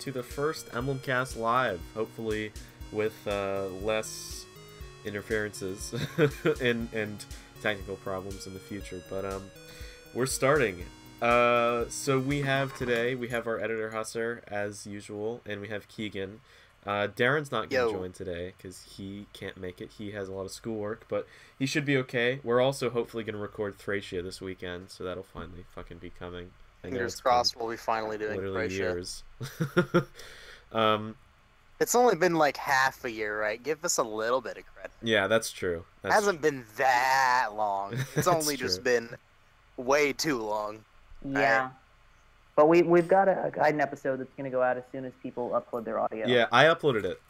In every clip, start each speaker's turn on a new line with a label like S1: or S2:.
S1: to the first EmblemCast Live, hopefully with uh, less interferences and, and technical problems in the future. But um, we're starting. Uh, so we have today, we have our editor Husser, as usual, and we have Keegan. Uh, Darren's not going
S2: Yo.
S1: to join today because he can't make it. He has a lot of schoolwork, but he should be okay. We're also hopefully going to record Thracia this weekend, so that'll finally fucking be coming. I know
S2: Fingers
S1: it's been-
S2: crossed we'll be finally doing
S1: literally
S2: Croatia.
S1: years. um,
S2: It's only been like half a year, right? Give us a little bit of credit.
S1: yeah, that's true. That's
S2: Hasn't been that long. It's
S1: That's
S2: only just
S1: true.
S2: been way too long.
S3: Yeah. But we, we've got a, a an episode that's going to go out as soon as people upload their audio.
S1: yeah, I uploaded it.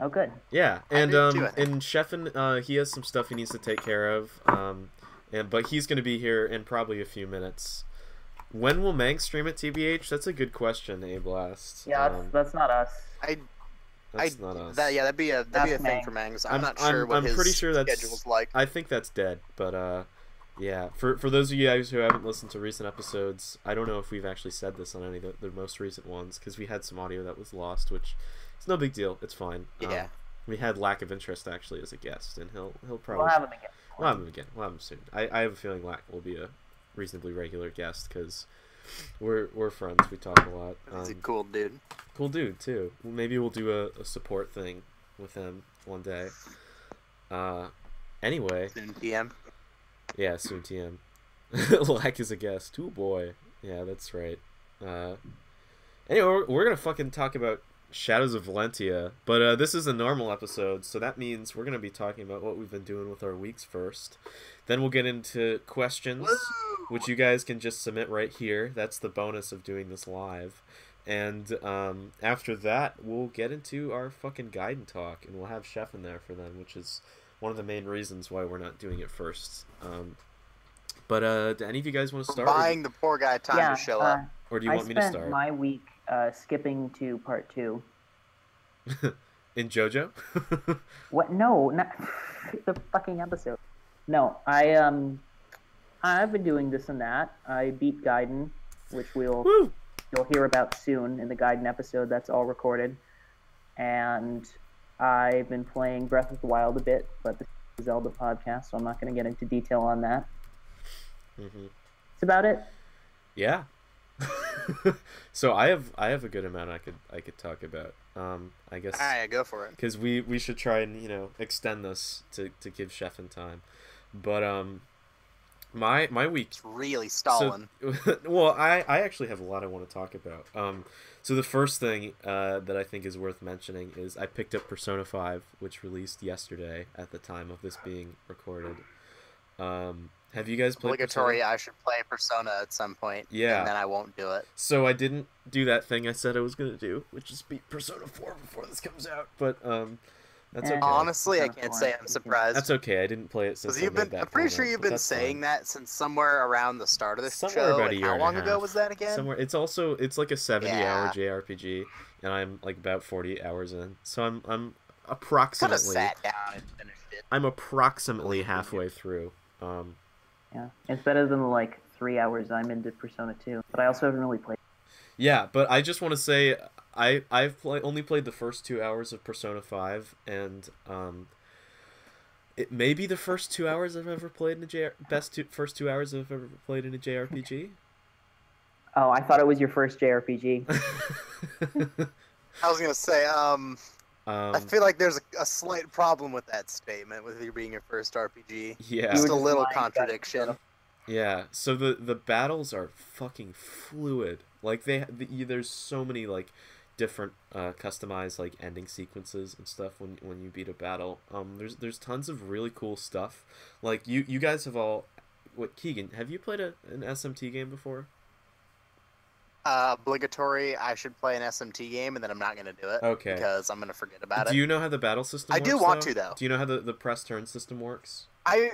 S3: Oh, good.
S1: Yeah, and
S2: did too,
S1: um,
S2: I think.
S1: and Sheffin, uh, he has some stuff he needs to take care of. Um, and but he's gonna be here in probably a few minutes. When will Mank stream at TBH? That's a good question, A Blast.
S3: Yeah, that's,
S1: um,
S3: that's not us.
S2: I,
S1: that's
S2: I,
S1: not us.
S2: That, yeah, that'd be a that'd be a
S3: That's
S2: thing
S3: Mang.
S2: for Mangs. I'm,
S1: I'm-
S2: not sure
S1: I'm-
S2: what
S1: I'm
S2: his
S1: pretty sure that's-
S2: schedule's like.
S1: I think that's dead, but uh, yeah. For for those of you guys who haven't listened to recent episodes, I don't know if we've actually said this on any of the, the most recent ones because we had some audio that was lost, which it's no big deal. It's fine. Um,
S2: Yeah.
S1: we had lack of interest actually as a guest, and he'll he'll probably
S3: We'll have him again.
S1: We'll have him again. We'll have him soon. I, I have a feeling Lack will be a reasonably regular guest because we're we're friends. We talk a lot.
S2: he's a
S1: Um,
S2: cool dude.
S1: cool dude too. Well, maybe we'll do a, a support thing with him one day. Uh, anyway,
S2: Soon PM.
S1: yeah, soon TM. Lack is a guest. Too boy. Yeah, that's right. Uh, anyway, we're, we're gonna fucking talk about Shadows of Valentia, but uh, this is a normal episode, so that means we're gonna be talking about what we've been doing with our weeks first. Then we'll get into questions, which you guys can just submit right here. That's the bonus of doing this live. And um, after that, we'll get into our fucking guide and talk, and we'll have Chef in there for them, which is one of the main reasons why we're not doing it first. Um, but uh, do any of you guys want to
S2: We're
S1: start, or do-
S2: buying the poor guy time
S3: yeah,
S2: to show
S3: uh,
S2: up.
S1: or do you
S3: I
S1: want me
S3: spent
S1: to start?
S3: my week uh, skipping to part two.
S1: In JoJo?
S3: What? No, not the fucking episode. No, I um, I've been doing this and that. I beat Gaiden, which we'll
S1: Woo!
S3: you'll hear about soon in the Gaiden episode. That's all recorded. And I've been playing Breath of the Wild a bit, but this is a Zelda podcast, so I'm not going to get into detail on that.
S1: hmm
S3: That's about it.
S1: Yeah. so I have I have a good amount I could I could talk about. Um, I guess
S2: All right, Ah, go for it.
S1: because we we should try and you know extend this to to give Sheffin time, but um, my my week
S2: It's really stalling.
S1: So, well, I, I actually have a lot I want to talk about. Um, so the first thing uh, that I think is worth mentioning is I picked up Persona Five, which released yesterday at the time of this being recorded. Um, have you guys played
S2: Obligatory.
S1: Persona?
S2: I should play Persona at some point.
S1: Yeah.
S2: And then I won't do it.
S1: So I didn't do that thing I said I was gonna do, which is beat Persona Four before this comes out. but um, that's
S3: Eh.
S2: Mm.
S1: okay.
S2: Honestly, I
S3: Persona
S2: can't
S3: four.
S2: say I'm surprised.
S1: That's okay. I didn't play it since
S2: Because
S1: I
S2: you've
S1: made
S2: been,
S1: that
S2: I'm pretty sure
S1: comment,
S2: you've
S1: but
S2: been
S1: that's
S2: saying
S1: fine.
S2: that since somewhere around the start of this
S1: Somewhere
S2: show.
S1: about a
S2: and
S1: year
S2: how
S1: and a
S2: long ago
S1: half.
S2: was that again?
S1: somewhere it's also it's like a 70 hour
S2: Yeah.
S1: jrpg and i'm like about 40 hours in so i'm i'm
S2: Could have
S1: approximately
S2: sat down and finished it.
S1: i'm approximately halfway through um
S3: Yeah, it's better than the, like three hours I'm into Persona 2, but I also haven't really played.
S1: yeah but i just want to say i i've play, only played the first two hours of persona 5 and um it may be the first two hours I've ever played in a JR- best two, first two hours I've ever played in a JRPG.
S3: Oh, I thought it was your first JRPG.
S2: I was gonna say, um, I
S1: um,
S2: feel like there's a, a slight problem with that statement, with it being your first RPG.
S3: You were
S1: yeah,
S2: Just a
S3: just
S2: little
S3: lying about
S2: contradiction.
S3: yourself.
S1: Yeah. So the the battles are fucking fluid. Like they the, you- there's so many like different uh, customized like ending sequences and stuff when when you beat a battle. Um, there's there's tons of really cool stuff. Like you you guys have all. What Keegan? Have you played a, an SMT game before?
S2: Uh, obligatory. I should play an SMT game, and then I'm not gonna do it
S1: Okay.
S2: because I'm gonna forget about
S1: do
S2: it.
S1: you know how the battle system?
S2: I
S1: works,
S2: do want
S1: though?
S2: to, though.
S1: Do you know how the, the press turn system works?
S2: I,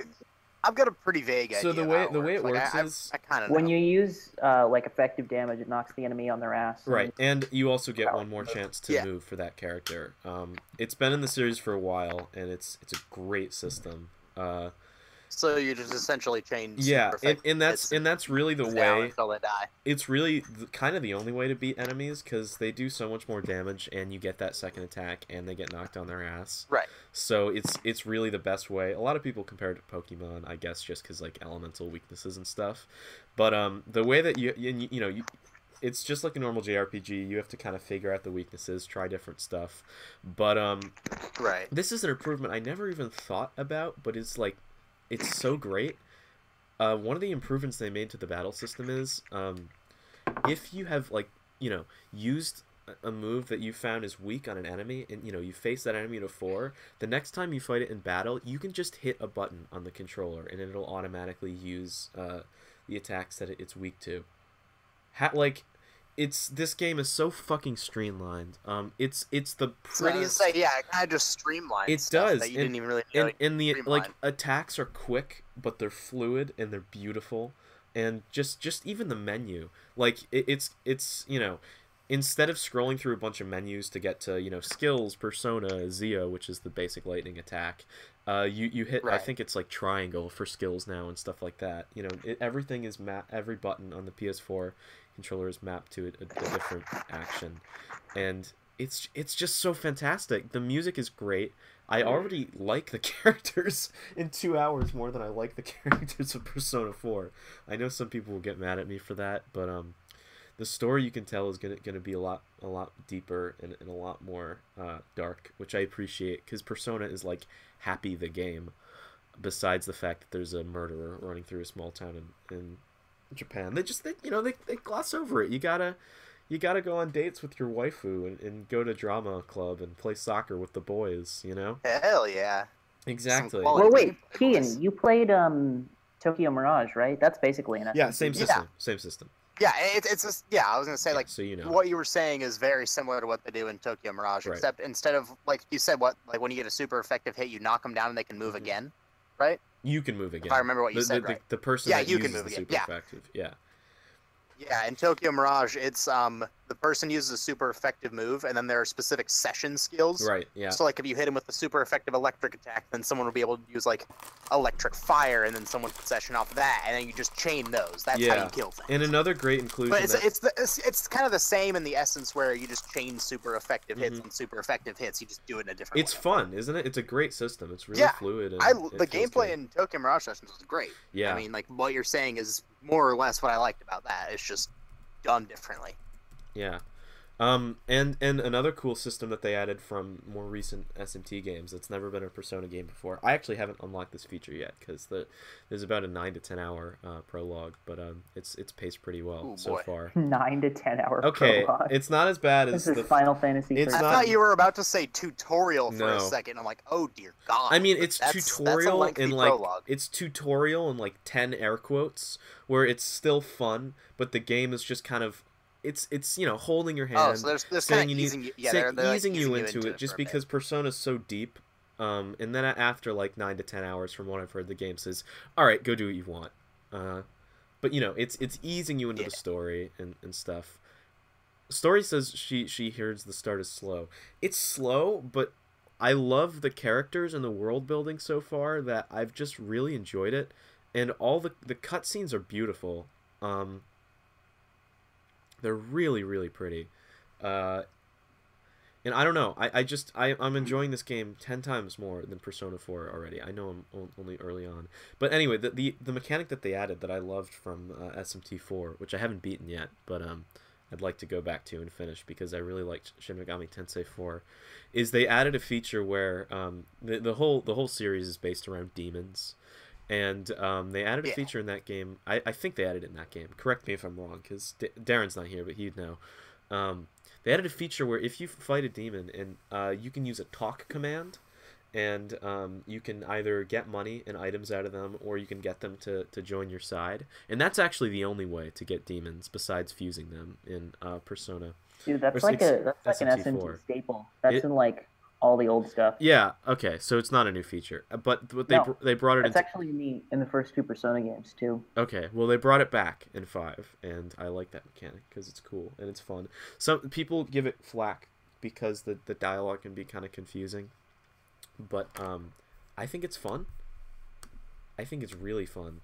S2: I've got a pretty vague idea.
S1: So the
S2: of
S1: way-
S2: how
S1: the way it
S2: Like,
S1: works
S2: I, I've-
S1: is-
S2: I, kind of
S3: when you use uh, like effective damage, it knocks the enemy on their ass. and
S1: Right, and you also get one more
S3: Yeah.
S1: chance to
S2: Um, uh, Yeah.
S1: move for that character. Um, it's been in the series for a while, and it's it's a great system. Uh,
S2: So you just essentially change.
S1: Yeah, and,
S2: perfect-
S1: and that's
S2: it's
S1: and that's really the
S2: down
S1: way.
S2: until they die.
S1: It's really th- kind of the only way to beat enemies because they do so much more damage, and you get that second attack, and they get knocked on their ass.
S2: Right.
S1: So it's it's really the best way. A lot of people compare it to Pokemon, I guess, just because like elemental weaknesses and stuff. But um, the way that you and you, you know you, it's just like a normal JRPG. You have to kind of figure out the weaknesses, try different stuff. But um,
S2: Right.
S1: this is an improvement I never even thought about, but it's like, it's so great. Uh, one of the improvements they made to the battle system is, um, if you have like, you know, used a- a move that you found is weak on an enemy, and you know you face that enemy to four, the next time you fight it in battle, you can just hit a button on the controller, and it'll automatically use uh, the attacks that it- it's weak to. Ha- like, it's this game is so fucking streamlined. Um, it's it's the
S2: So I was gonna
S1: prettiest
S2: say, yeah, it kind of just streamlines.
S1: It
S2: stuff
S1: does,
S2: That you
S1: and-
S2: didn't even really know.
S1: and, and the like
S2: streamlined.
S1: attacks are quick but they're fluid and they're beautiful and just just even the menu like it, it's it's you know instead of scrolling through a bunch of menus to get to you know skills persona zeo which is the basic lightning attack uh, you you hit i
S2: Right.
S1: think it's like triangle for skills now and stuff like that you know it, everything is map every button on the ps4 controller is mapped to a, a different action and it's it's just so fantastic the music is great I already like the characters in two hours more than I like the characters of Persona Four. I know some people will get mad at me for that, but um, the story you can tell is gonna gonna be a lot a lot deeper and, and a lot more uh, dark, which I appreciate because Persona is like happy the game. Besides the fact that there's a murderer running through a small town in, in Japan, they just they, you know they, they gloss over it. You gotta you gotta go on dates with your waifu and, and go to drama club and play soccer with the boys. You know.
S2: Hell yeah.
S1: Exactly.
S2: quality.
S3: Well,
S2: Like,
S3: wait,
S2: gameplay was-
S3: Keegan, you played um, Tokyo Mirage, right? That's basically an
S1: Yeah,
S3: SMT.
S1: same system. Same system.
S2: Yeah, it, it's just yeah. I was gonna say like
S1: so you know.
S2: what you were saying is very similar to what they do in Tokyo Mirage,
S1: Right.
S2: except instead of like you said, what like when you get a super effective hit, you knock them down and they can move
S1: Mhm.
S2: again.
S1: you can move again.
S2: I remember what you
S1: the,
S2: said,
S1: the,
S2: right.
S1: the, the person
S2: Yeah,
S1: that
S2: you can
S1: uses
S2: move
S1: the
S2: again,
S1: super
S2: yeah.
S1: effective. Yeah.
S2: Yeah, in Tokyo Mirage, it's um the person uses a super effective move, and then there are specific session skills.
S1: Right. Yeah.
S2: So like if you hit him with a super effective electric attack, then someone will be able to use like electric fire, and then someone can session off of that, and then you just chain those. That's how
S1: Yeah.
S2: you kill things.
S1: and another great inclusion.
S2: but it's
S1: that-
S2: it's, the, it's it's kind of the same in the essence where you just chain super effective hits
S1: Mhm.
S2: on super effective hits. You just do it in a different.
S1: it's
S2: way.
S1: fun, isn't it? It's a great system. It's really
S2: Yeah,
S1: fluid. And
S2: I
S1: it
S2: the
S1: feels
S2: gameplay
S1: good.
S2: in Tokyo Mirage Sessions was great.
S1: yeah.
S2: I mean, like what you're saying is more or less what I liked about that. It's just done differently.
S1: Yeah. Um, and and another cool system that they added from more recent SMT games that's never been a Persona game before. I actually haven't unlocked this feature yet because the there's about a nine to ten hour uh, prologue, but um, it's it's paced pretty well
S2: Ooh,
S1: so
S2: boy.
S1: far.
S3: Nine to ten hour
S1: Okay,
S3: prologue.
S1: it's not as bad as
S3: this
S1: the
S3: is Final Fantasy.
S1: it's
S2: I
S3: 13.
S1: not-
S2: thought you were about to say tutorial for
S1: No.
S2: a second. I'm like, oh dear God.
S1: I mean, it's
S2: That's- that's a
S1: tutorial
S2: lengthy
S1: and like
S2: prologue.
S1: it's tutorial and like ten air quotes where it's still fun, but the game is just kind of it's it's you know holding your hand,
S2: oh, so there's there's
S1: saying
S2: kind
S1: you
S2: of
S1: need-
S2: easing you, yeah,
S1: say-
S2: they're, they're, like,
S1: easing you into, it,
S2: for
S1: just
S2: a bit.
S1: because Persona's so deep. Um, and then after like nine to ten hours, from what I've heard, the game says, "All right, go do what you want." Uh, but you know, it's it's easing you into
S2: Yeah.
S1: the story and and stuff. Story says she she hears the start is slow. It's slow, but I love the characters and the world building so far that I've just really enjoyed it, and all the the cutscenes are beautiful. Um, they're really really pretty, uh, and I don't know. I, I just I I'm enjoying this game ten times more than Persona Four already. I know I'm on- only early on, but anyway, the the, the mechanic that they added that I loved from uh, SMT Four, which I haven't beaten yet, but um. I'd like to go back to and finish because I really liked Shin Megami Tensei 4 is they added a feature where um, the, the whole the whole series is based around demons and um, they added a
S2: Yeah.
S1: feature in that game I, I think they added it in that game correct me if i'm wrong because D- darren's not here but he'd know um, they added a feature where if you fight a demon and uh, you can use a talk command and um, you can either get money and items out of them or you can get them to, to join your side and that's actually the only way to get demons besides fusing them in uh, persona
S3: Dude,
S1: or
S3: that's like
S1: six-
S3: a that's like an
S1: SMT4.
S3: SMT staple. That's
S1: It-
S3: in like all the old stuff.
S1: Yeah. Okay. So it's not a new feature, Uh, but but they
S3: No,
S1: br- they brought it
S3: That's
S1: into.
S3: actually in the in the first two Persona games too.
S1: Okay. Well, they brought it back in five, and I like that mechanic because it's cool and it's fun. Some people give it flack because the the dialogue can be kind of confusing, but um, I think it's fun. I think it's really fun.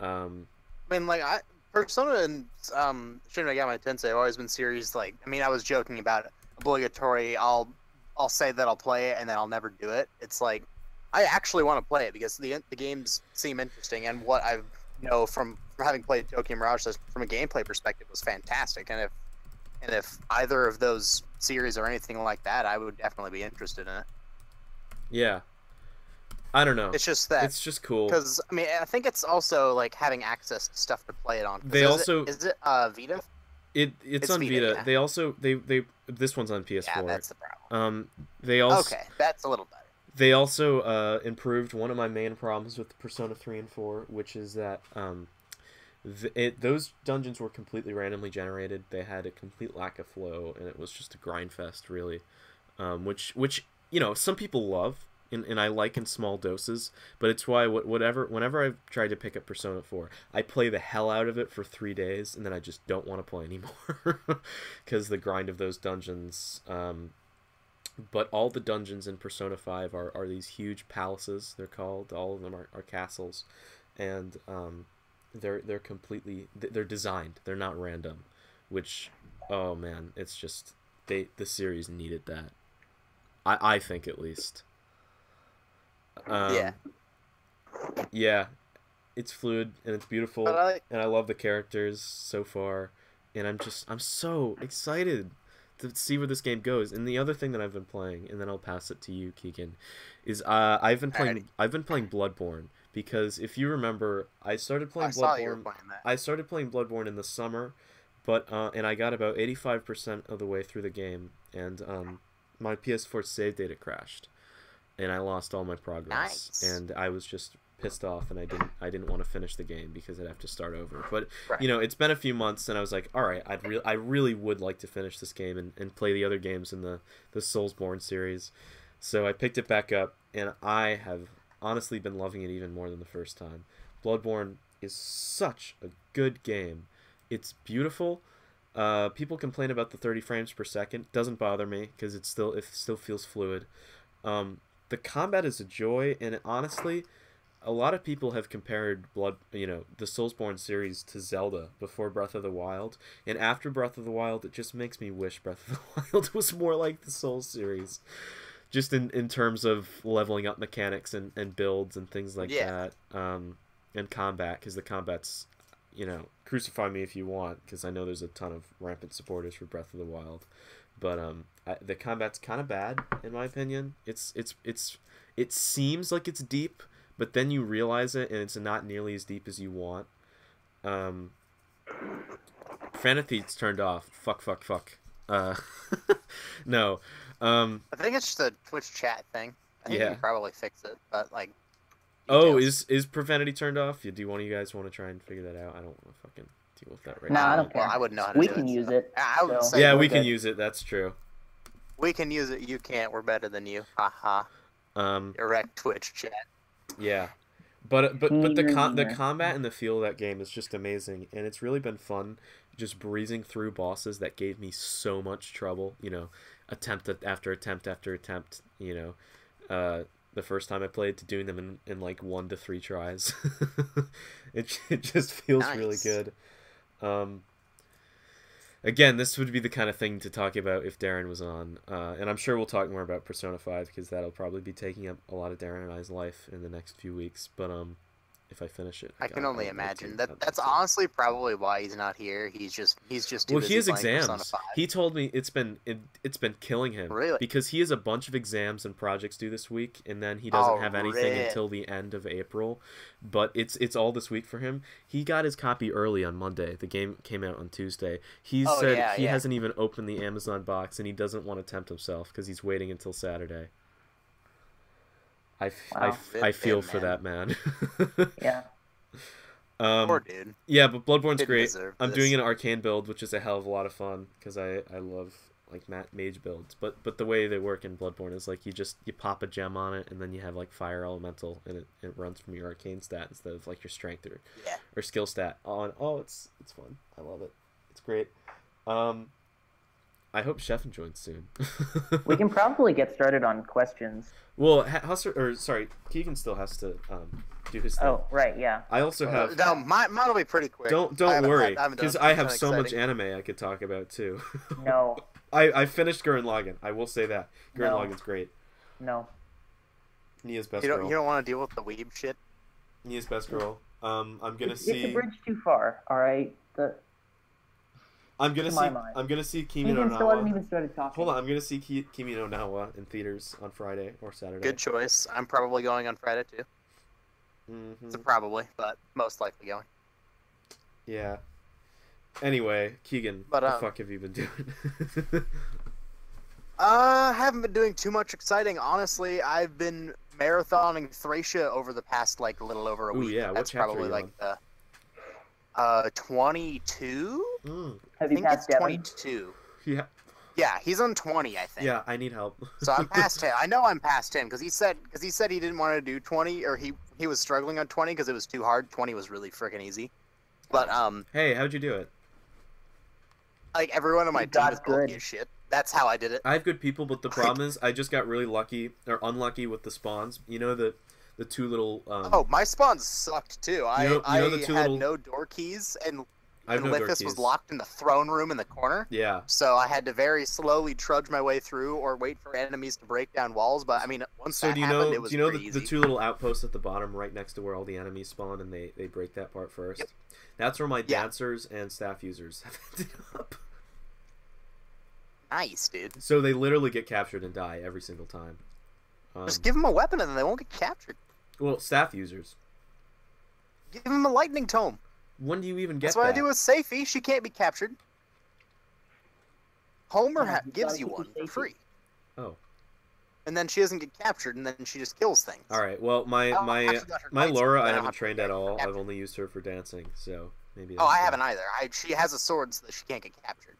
S1: Um,
S2: I mean, like I Persona and um, Shin Megami Tensei have always been series. Like, I mean, I was joking about it. obligatory. I'll I'll say that I'll play it and then I'll never do it. It's like I actually want to play it because the the games seem interesting and what I know from, from having played Tokyo Mirage that's- from a gameplay perspective was fantastic. And if and if either of those series or anything like that, I would definitely be interested in it.
S1: yeah. I don't know.
S2: It's just that
S1: It's just cool.
S2: Because I mean, I think it's also like having access to stuff to play it on. 'Cause
S1: They
S2: is
S1: also-
S2: it, is it uh, Vita?
S1: It it's,
S2: It's
S1: on Vita.
S2: Vita, yeah.
S1: They also they they this one's on PS4.
S2: Yeah, that's the problem.
S1: Um, they also
S2: Okay, that's a little better.
S1: they also uh, improved one of my main problems with Persona three and four, which is that um, th- it, those dungeons were completely randomly generated. They had a complete lack of flow, and it was just a grind fest, really. Um, which which you know some people love, and, and I like in small doses. But it's why wh- whatever whenever I've tried to pick up Persona four, I play the hell out of it for three days, and then I just don't want to play anymore because the grind of those dungeons. Um, but all the dungeons in Persona 5 are, are these huge palaces, they're called. All of them are, are castles. And um, they're, they're completely, th- they're designed. They're not random. Which, oh man, it's just, they the series needed that. I, I think at least. Um,
S2: Yeah.
S1: Yeah. It's fluid and it's beautiful
S2: But I,
S1: and I love the characters so far, and I'm just I'm so excited to see where this game goes. And the other thing that I've been playing, and then I'll pass it to you, Keegan, is uh, I've been playing
S2: Alrighty.
S1: I've been playing Bloodborne because if you remember, I started playing
S2: I saw you were
S1: Bloodborne.
S2: playing that.
S1: I started playing Bloodborne in the summer, but uh, and I got about eighty five percent of the way through the game, and um, my PS4 save data crashed, and I lost all my progress,
S2: Nice.
S1: and I was just pissed off, and I didn't I didn't want to finish the game because I'd have to start over. But
S2: Right.
S1: you know, it's been a few months, and I was like, all right, I'd re- I really would like to finish this game and, and play the other games in the the Soulsborne series, so I picked it back up, and I have honestly been loving it even more than the first time. Bloodborne is such a good game. It's beautiful. Uh, people complain about the 30 frames per second. Doesn't bother me because it still it still feels fluid. Um, the combat is a joy, and honestly, a lot of people have compared Blood, you know, the Soulsborne series to Zelda before Breath of the Wild, and after Breath of the Wild, it just makes me wish Breath of the Wild was more like the Soul series, just in, in terms of leveling up mechanics and, and builds and things like
S2: Yeah.
S1: that, um, and combat because the combat's, you know, crucify me if you want because I know there's a ton of rampant supporters for Breath of the Wild, but um, I, the combat's kind of bad in my opinion. It's it's it's it seems like it's deep, but then you realize it and it's not nearly as deep as you want. Um, Fanatheat's turned off. Fuck, fuck, fuck. Uh, no. Um,
S2: I think it's just a Twitch chat thing. I think
S1: Yeah.
S2: you can probably fix it, but like.
S1: oh,
S2: details.
S1: is is profanity turned off? You- Do one of you guys want to try and figure that out? I don't want to fucking deal with that right
S3: No,
S1: now.
S3: I don't care.
S2: Well, I wouldn't know how to
S3: we
S2: do
S3: can
S2: it,
S3: use
S2: so-
S3: it.
S2: I I would
S3: so-
S2: say
S1: Yeah,
S3: we're
S1: we can
S3: good.
S1: use it. That's true.
S2: we can use it. You can't. We're better than you. Haha.
S1: Um,
S2: Direct Twitch chat.
S1: yeah. But but but the com- the
S3: Yeah.
S1: combat and the feel of that game is just amazing, and it's really been fun just breezing through bosses that gave me so much trouble. You know, attempt at- after attempt after attempt. You know, uh, the first time I played to doing them in, in like one to three tries. it, it just feels really
S2: Nice.
S1: good. Um, again, this would be the kind of thing to talk about if Darren was on, uh, and I'm sure we'll talk more about Persona Five because that'll probably be taking up a lot of Darren and I's life in the next few weeks. But um, if I finish it,
S2: I can
S1: God,
S2: only
S1: would like to.
S2: imagine that.
S1: I'd
S2: That's
S1: like to.
S2: honestly probably why he's not here. He's just he's just too
S1: Well, he
S2: busy
S1: has
S2: playing Persona
S1: exams.
S2: 5.
S1: He told me it's been it, it's been killing him.
S2: Really?
S1: Because he has a bunch of exams and projects due this week, and then he doesn't
S2: Oh,
S1: have anything
S2: rip.
S1: until the end of April. But it's it's all this week for him. He got his copy early on Monday. The game came out on Tuesday. He
S2: Oh,
S1: said
S2: yeah,
S1: he
S2: yeah.
S1: hasn't even opened the Amazon box, and he doesn't want to tempt himself because he's waiting until Saturday. I, f- I
S3: Wow.
S1: f-
S2: Rip
S1: I
S2: him,
S1: feel for that man.
S3: Yeah.
S1: um,
S2: Poor dude.
S1: yeah, but Bloodborne's
S2: Didn't
S1: great.
S2: deserve
S1: I'm
S2: this.
S1: doing an arcane build, which is a hell of a lot of fun because I I love like mat mage builds. But but the way they work in Bloodborne is like you just you pop a gem on it and then you have like fire elemental and it, it runs from your arcane stat instead of like your strength or
S2: Yeah.
S1: or skill stat on. Oh, it's it's fun. I love it. It's great. Um, I hope Chef joins soon.
S3: we can probably get started on questions.
S1: well, Ha- Husser or sorry, Keegan still has to um, do his thing.
S3: Oh, right, yeah.
S1: I also have.
S2: Uh, No, my, mine'll be pretty quick.
S1: Don't
S2: I
S1: don't
S2: haven't-
S1: worry,
S2: haven't done
S1: because I have
S2: something
S1: so much
S2: exciting.
S1: anime I could talk about too.
S3: No,
S1: I I finished Gurren Lagann. I will say that Gurren
S3: No.
S1: Lagann's great.
S3: no.
S1: Nia's best
S2: You don't,
S1: girl.
S2: you don't want to deal with the weeb shit.
S1: Nia's best girl. Um, I'm gonna
S3: it's, it's
S1: see.
S3: a bridge too far. All right. The
S1: I'm gonna
S3: to
S1: see.
S3: my mind.
S1: I'm gonna see Kimi no
S3: Keegan still hasn't
S1: Nawa.
S3: even started talking.
S1: Hold on, I'm gonna see Ki- Kimi no Nawa in theaters on Friday or Saturday.
S2: Good choice. I'm probably going on Friday too.
S1: Mhm.
S2: So probably, but most likely going.
S1: Yeah. Anyway, Keegan,
S2: But,
S1: what
S2: um,
S1: the fuck have you been doing?
S2: Uh, haven't been doing too much exciting, honestly. I've been marathoning Thracia over the past like a little over a
S1: Ooh,
S2: week.
S1: yeah, what
S2: That's
S1: chapter are
S2: probably
S1: you
S2: like
S1: on?
S2: the uh 22.
S1: Mm,
S2: I
S3: Have you
S2: think it's
S3: passed Devin?
S2: 22.
S1: yeah,
S2: Yeah, he's on 20, I think.
S1: yeah, I need help.
S2: So I'm past him. I know I'm past him because he said because he said he didn't want to do 20 or he he was struggling on 20 because it was too hard. 20 was really freaking easy. But um,
S1: hey, how'd you do it?
S2: like everyone on my
S3: You
S2: team
S3: got
S2: is bulky
S3: good.
S2: as shit. That's how I did it.
S1: I have good people, but the problem is I just got really lucky or unlucky with the spawns. You know the the two little. Um,
S2: Oh, my spawns sucked too. I
S1: You know- you know the
S2: I
S1: two
S2: had
S1: little-
S2: no door keys and
S1: I have
S2: and
S1: no door
S2: Lithus was
S1: keys.
S2: locked in the throne room in the corner.
S1: Yeah,
S2: So I had to very slowly trudge my way through or wait for enemies to break down walls. But I mean, once
S1: So
S2: that
S1: do you
S2: happened,
S1: know?
S2: it was
S1: Do you know
S2: pretty
S1: the, the
S2: easy.
S1: two little outposts at the bottom, right next to where all the enemies spawn, and they they break that part first.
S2: Yep.
S1: That's where my
S2: Yeah.
S1: dancers and staff users have ended up.
S2: Nice, dude.
S1: So they literally get captured and die every single time. Um,
S2: Just give them a weapon and then they won't get captured.
S1: well, staff users.
S2: Give them a lightning tome.
S1: When do you even get
S2: That's what
S1: that?
S2: I do with Safey. She can't be captured. Homer
S3: Yeah,
S2: ha-
S3: you
S2: gives
S3: gotta
S2: you
S3: keep
S2: one
S3: it
S2: for
S3: safety.
S2: free,
S1: oh,
S2: and then she doesn't get captured, and then she just kills things.
S1: all right. Well, my
S2: Oh, I
S1: my
S2: actually got her
S1: my
S2: lightsaber,
S1: Laura,
S2: but
S1: I
S2: don't
S1: haven't
S2: have to
S1: trained
S2: get
S1: at all.
S2: captured.
S1: I've only used her for dancing, so maybe.
S2: Oh,
S1: that's
S2: I
S1: why.
S2: haven't either. I, she has a sword so that she can't get captured.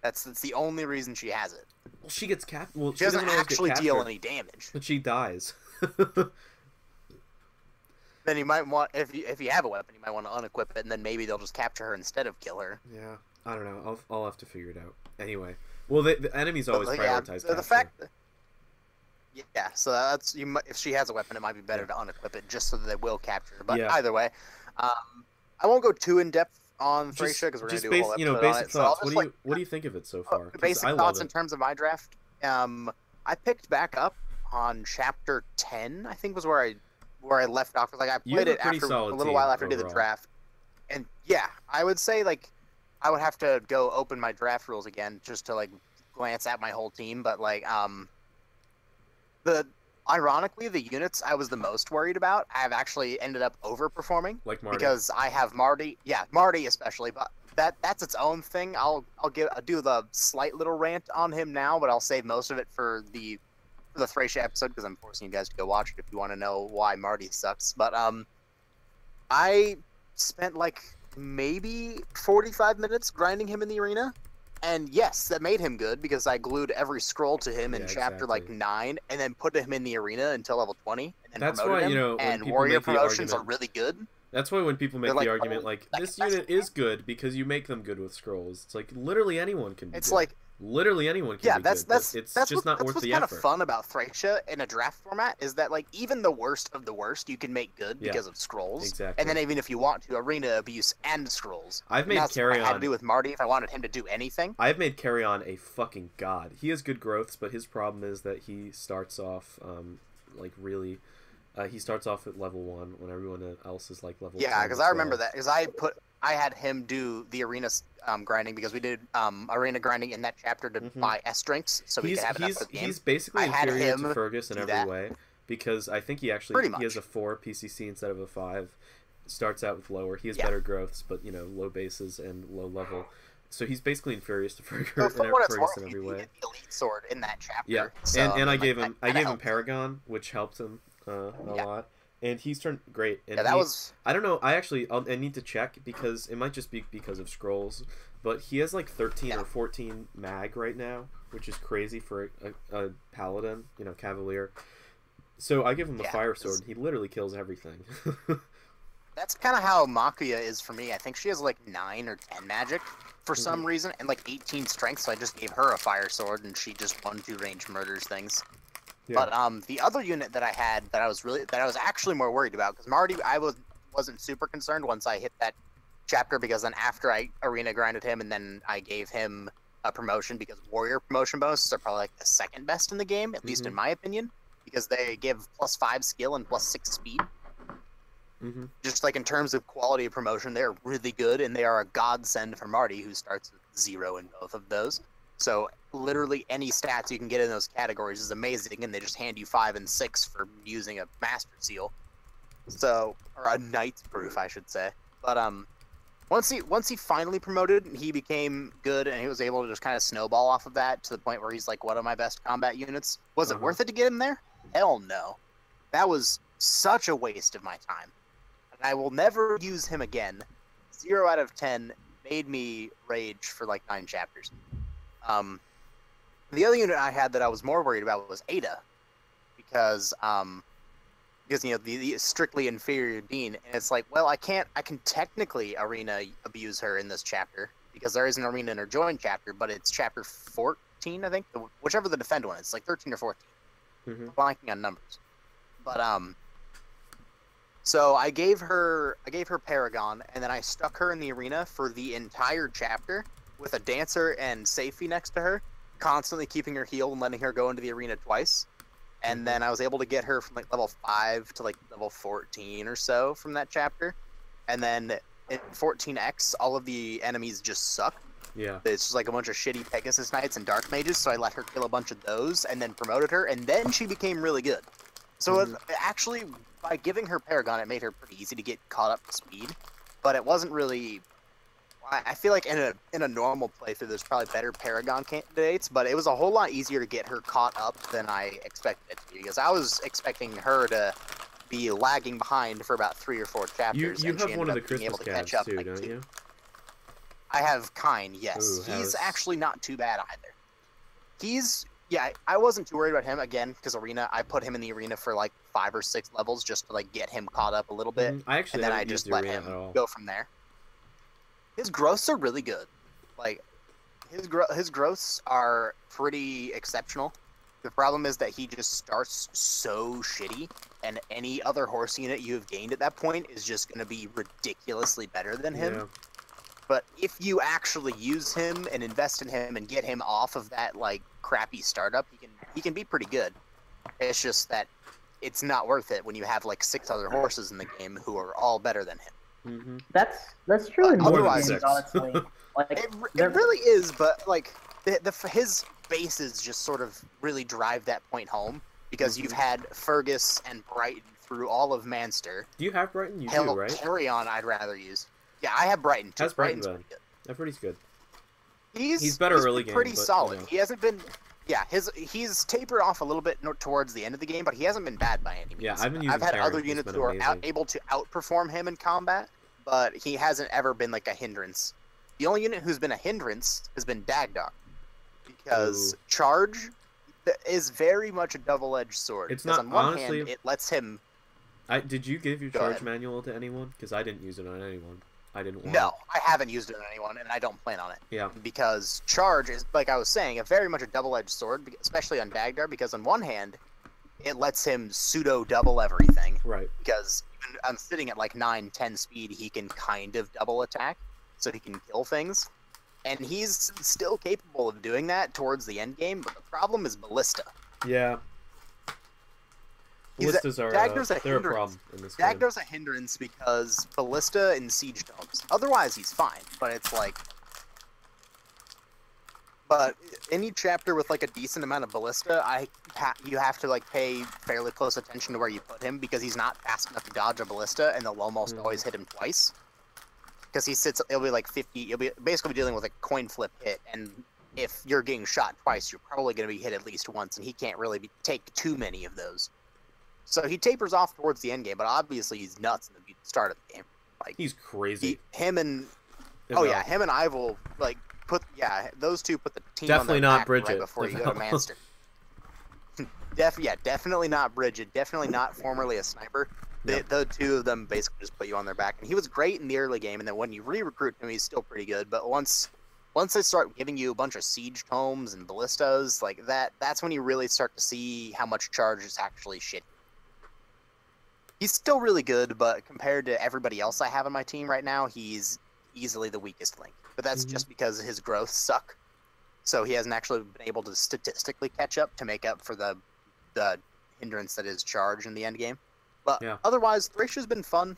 S2: That's that's the only reason she has it.
S1: Well, she gets capped. Well,
S2: She, doesn't,
S1: always get
S2: actually deal
S1: captured,
S2: any damage.
S1: But she dies.
S2: Then you might want if you if you have a weapon, you might want to unequip it, and then maybe they'll just capture her instead of kill her.
S1: Yeah, I don't know. I'll, I'll have to figure it out. Anyway, well, the, the enemies
S2: But,
S1: always
S2: like, yeah,
S1: prioritize.
S2: the, the
S1: capture.
S2: fact. That, yeah, so that's you. might- If she has a weapon, it might be better to unequip it just so that they will capture. her. But
S1: Yeah.
S2: either way, um, I won't go too in depth on
S1: Just-
S2: Thracia because we're gonna
S1: just
S2: do a
S1: base,
S2: whole
S1: you know,
S2: episode on
S1: basic
S2: it. So I'll
S1: thoughts.
S2: just,
S1: what do
S2: like,
S1: you what do you think of it so
S2: Oh,
S1: far? 'Cause I
S2: basic
S1: love
S2: thoughts
S1: it.
S2: in terms of my draft. Um, I picked back up on chapter ten. I think was where I where I left off. Like I
S1: You have
S2: played
S1: a
S2: it
S1: pretty
S2: after a
S1: solid
S2: little while
S1: team
S2: after I did the
S1: overall.
S2: draft, and yeah, I would say like I would have to go open my draft rules again just to like glance at my whole team. But like um, the ironically the units I was the most worried about I've actually ended up overperforming
S1: like Marty.
S2: because I have Marty. Yeah, Marty especially, but that that's its own thing. I'll I'll give I'll do the slight little rant on him now, but I'll save most of it for the for the Thracia episode because I'm forcing you guys to go watch it if you want to know why Marty sucks. But um, I spent like maybe 45 minutes grinding him in the arena. And yes, that made him good because I glued every scroll to him in
S1: Yeah,
S2: chapter like
S1: exactly.
S2: nine and then put him in the arena until level 20 and then
S1: That's
S2: promoted
S1: why, you
S2: him.
S1: know, when
S2: and
S1: people
S2: warrior
S1: make the
S2: promotions are
S1: argument-
S2: really good.
S1: That's why when people make
S2: They're
S1: the
S2: like,
S1: argument
S2: oh,
S1: like
S2: like,
S1: this
S2: that's-
S1: unit is good because you make them good with scrolls. It's like literally anyone can. Be
S2: It's
S1: good.
S2: like
S1: literally anyone can.
S2: yeah,
S1: be
S2: that's
S1: good, but
S2: that's
S1: it's
S2: that's
S1: just
S2: what,
S1: not
S2: that's
S1: worth
S2: what's
S1: the
S2: kind
S1: effort.
S2: of fun about Thracia in a draft format is that like even the worst of the worst you can make good
S1: Yeah,
S2: because of scrolls,
S1: exactly.
S2: and then even if you want to, arena abuse and scrolls.
S1: I've
S2: And
S1: made
S2: that's what
S1: carry
S2: I had to
S1: on.
S2: do with Marty if I wanted him to do anything.
S1: I've made carry on a fucking god. He has good growths, but his problem is that he starts off um, like really. Uh, he starts off at level one when everyone else is like level.
S2: Yeah,
S1: 10
S2: because
S1: or
S2: I remember
S1: 12.
S2: that because I put I had him do the arena um, grinding because we did um, arena grinding in that chapter to
S1: Mhm.
S2: buy S drinks so we
S1: he's,
S2: could have enough
S1: he's,
S2: for the game.
S1: he's basically
S2: I had
S1: inferior
S2: him
S1: to Fergus in
S2: do
S1: every
S2: that.
S1: way because I think he actually
S2: Pretty
S1: he has a
S2: much.
S1: four PCC instead of a five. Starts out with lower. He has
S2: Yeah.
S1: better growths, but you know low bases and low level. So he's basically inferior to Fergus,
S2: So
S1: in, e,
S2: for what it's
S1: Fergus
S2: worth,
S1: in
S2: you
S1: every
S2: can
S1: way.
S2: get the elite sword in that chapter.
S1: Yeah,
S2: so,
S1: and and I
S2: mean,
S1: gave
S2: like,
S1: him
S2: that
S1: I
S2: kinda
S1: gave him
S2: helped.
S1: Paragon, which helped him uh, a
S2: Yeah.
S1: lot, and he's turned great. And
S2: Yeah, that
S1: he-
S2: was
S1: I don't know. I actually I'll, I need to check because it might just be because of scrolls, but he has like thirteen
S2: Yeah.
S1: or fourteen mag right now, which is crazy for a, a, a paladin, you know, cavalier. So I give him the
S2: Yeah,
S1: fire
S2: it's- Mm-hmm.
S1: sword. and He literally kills everything.
S2: That's kind of how Makuya is for me. I think she has like nine or ten magic for some reason, and like 18 strength. So I just gave her a fire sword, and she just one two range murders things.
S1: Yeah.
S2: But um, the other unit that I had that I was really that I was actually more worried about because Marty I was wasn't super concerned once I hit that chapter because then after I arena grinded him and then I gave him a promotion because warrior promotion bonuses are probably like the second best in the game at least in my opinion because they give plus five skill and plus six speed
S1: hmm
S2: just like in terms of quality of promotion, they're really good and they are a godsend for Marty, who starts with zero in both of those. So literally any stats you can get in those categories is amazing, and they just hand you five and six for using a master seal, so or a knight's proof, I should say. But um, once he once he finally promoted, he became good, and he was able to just kind of snowball off of that to the point where he's like one of my best combat units. Was it
S1: Uh-huh.
S2: worth it to get him there? Hell no, that was such a waste of my time and I will never use him again. Zero out of ten made me rage for like nine chapters. Um, the other unit I had that I was more worried about was Ada, because um, because you know the, the strictly inferior Dean, and it's like, well, I can't, I can technically arena abuse her in this chapter because there is an arena in her join chapter, but it's chapter fourteen, I think, whichever the defend one is, like thirteen or fourteen
S1: hmm
S2: blanking on numbers. But um so I gave her I gave her Paragon and then I stuck her in the arena for the entire chapter with a dancer and safety next to her, constantly keeping her healed and letting her go into the arena twice. And then I was able to get her from like level five to like level fourteen or so from that chapter. And then in fourteen X all of the enemies just suck.
S1: Yeah.
S2: It's just like a bunch of shitty Pegasus Knights and Dark Mages, so I let her kill a bunch of those and then promoted her, and then she became really good. So
S1: Mm-hmm.
S2: it, actually, by giving her Paragon, it made her pretty easy to get caught up to speed, but it wasn't really. I I feel like in a in a normal playthrough, there's probably better Paragon candidates, but it was a whole lot easier to get her caught up than I expected it to be because I was expecting her to be lagging behind for about three or four
S1: You
S2: chapters.
S1: you
S2: and she
S1: have one of the
S2: ended up being
S1: Christmas
S2: able to
S1: cats
S2: catch up
S1: too,
S2: like,
S1: don't
S2: two-
S1: you?
S2: I have Kine, yes.
S1: Ooh,
S2: He's
S1: how's-
S2: actually not too bad either. He's yeah, I wasn't too worried about him again because arena. I put him in the arena for like five or six levels just to like get him caught up a little bit,
S1: Mhm. I actually
S2: and then I
S1: haven't used
S2: just
S1: the
S2: let
S1: arena
S2: him
S1: at all.
S2: go from there. His growths are really good, like his gro- his growths are pretty exceptional. The problem is that he just starts so shitty, and any other horse unit you have gained at that point is just going to be ridiculously better than him.
S1: Yeah.
S2: But if you actually use him and invest in him and get him off of that like crappy startup, he can he can be pretty good. It's just that it's not worth it when you have like six other horses in the game who are all better than him.
S1: hmm
S3: That's that's true in
S2: More
S3: most
S2: than
S3: games,
S1: six.
S3: honestly. Like
S2: It, r-
S3: They're-
S2: it really is, but like the, the f- his bases just sort of really drive that point home because you've
S1: Mhm.
S2: had Fergus and Brighton through all of Manster.
S1: Do you have Brighton? You
S2: Hell,
S1: do, right?
S2: Carrion I'd rather use. Yeah, I have Brighton. Too.
S1: How's Brighton
S2: Brighton's
S1: been?
S2: pretty good.
S1: That pretty's good.
S2: He's
S1: He's better early
S2: been
S1: game,
S2: Pretty
S1: but, you
S2: solid.
S1: know.
S2: He hasn't been. Yeah, his he's tapered off a little bit no- towards the end of the game, but he hasn't been bad by any means.
S1: Yeah, I've been using
S2: I've had
S1: Karen.
S2: other
S1: He's
S2: units
S1: been
S2: who are out,
S1: amazing.
S2: able to outperform him in combat, but he hasn't ever been like a hindrance. The only unit who's been a hindrance has been Dagdar, because
S1: Ooh.
S2: charge th- is very much a double-edged sword.
S1: It's
S2: 'cause
S1: not-
S2: on one hand
S1: honestly-
S2: it lets him
S1: I did you give your
S2: Go
S1: charge
S2: ahead.
S1: manual to anyone? Because I didn't use it on anyone. I didn't want.
S2: No, I haven't used it on anyone, and I don't plan on it.
S1: Yeah.
S2: Because charge is, like I was saying, a very much a double-edged sword, be- especially on Dagdar, because on one hand, it lets him pseudo double everything.
S1: it. Right.
S2: Because even I'm sitting at like 9, 10 speed, he can kind of double attack, so he can kill things. And he's still capable of doing that towards the end game, but the problem is Ballista.
S1: Yeah.
S2: He's a-
S1: Ballistas are
S2: Dagger's
S1: uh,
S2: a
S1: they're a
S2: hindrance.
S1: problem in this game.
S2: Dagdar's a hindrance because Ballista and Siege Domes. Otherwise, he's fine, but it's like. But any chapter with like a decent amount of Ballista, I ha- you have to like pay fairly close attention to where you put him because he's not fast enough to dodge a Ballista, and they'll almost
S1: Mhm.
S2: always hit him twice. Because he sits, it'll be like 50, you'll be basically dealing with a coin flip hit, and if you're getting shot twice, you're probably going to be hit at least once, and he can't really be, take too many of those. So he tapers off towards the end game, but obviously he's nuts in the be- start of the game.
S1: He's crazy.
S2: He, him and
S1: as
S2: oh
S1: well.
S2: yeah, him and I will like put yeah those two put the team
S1: Definitely
S2: on their
S1: not
S2: back
S1: Bridget.
S2: right before you go to Manston. Def yeah, definitely not Bridget. Definitely not formerly a sniper. The, the two of them basically just put you on their back, and he was great in the early game. And then when you re-recruit him, he's still pretty good. But once, once they start giving you a bunch of siege tomes and ballistas like that, that's when you really start to see how much charge is actually shitty. He's still really good, but compared to everybody else I have on my team right now, he's easily the weakest link. But that's
S3: Mhm.
S2: just because his growth suck, so he hasn't actually been able to statistically catch up to make up for the the hindrance that is charge in the end game. But
S1: Yeah.
S2: otherwise, Thracia's been fun.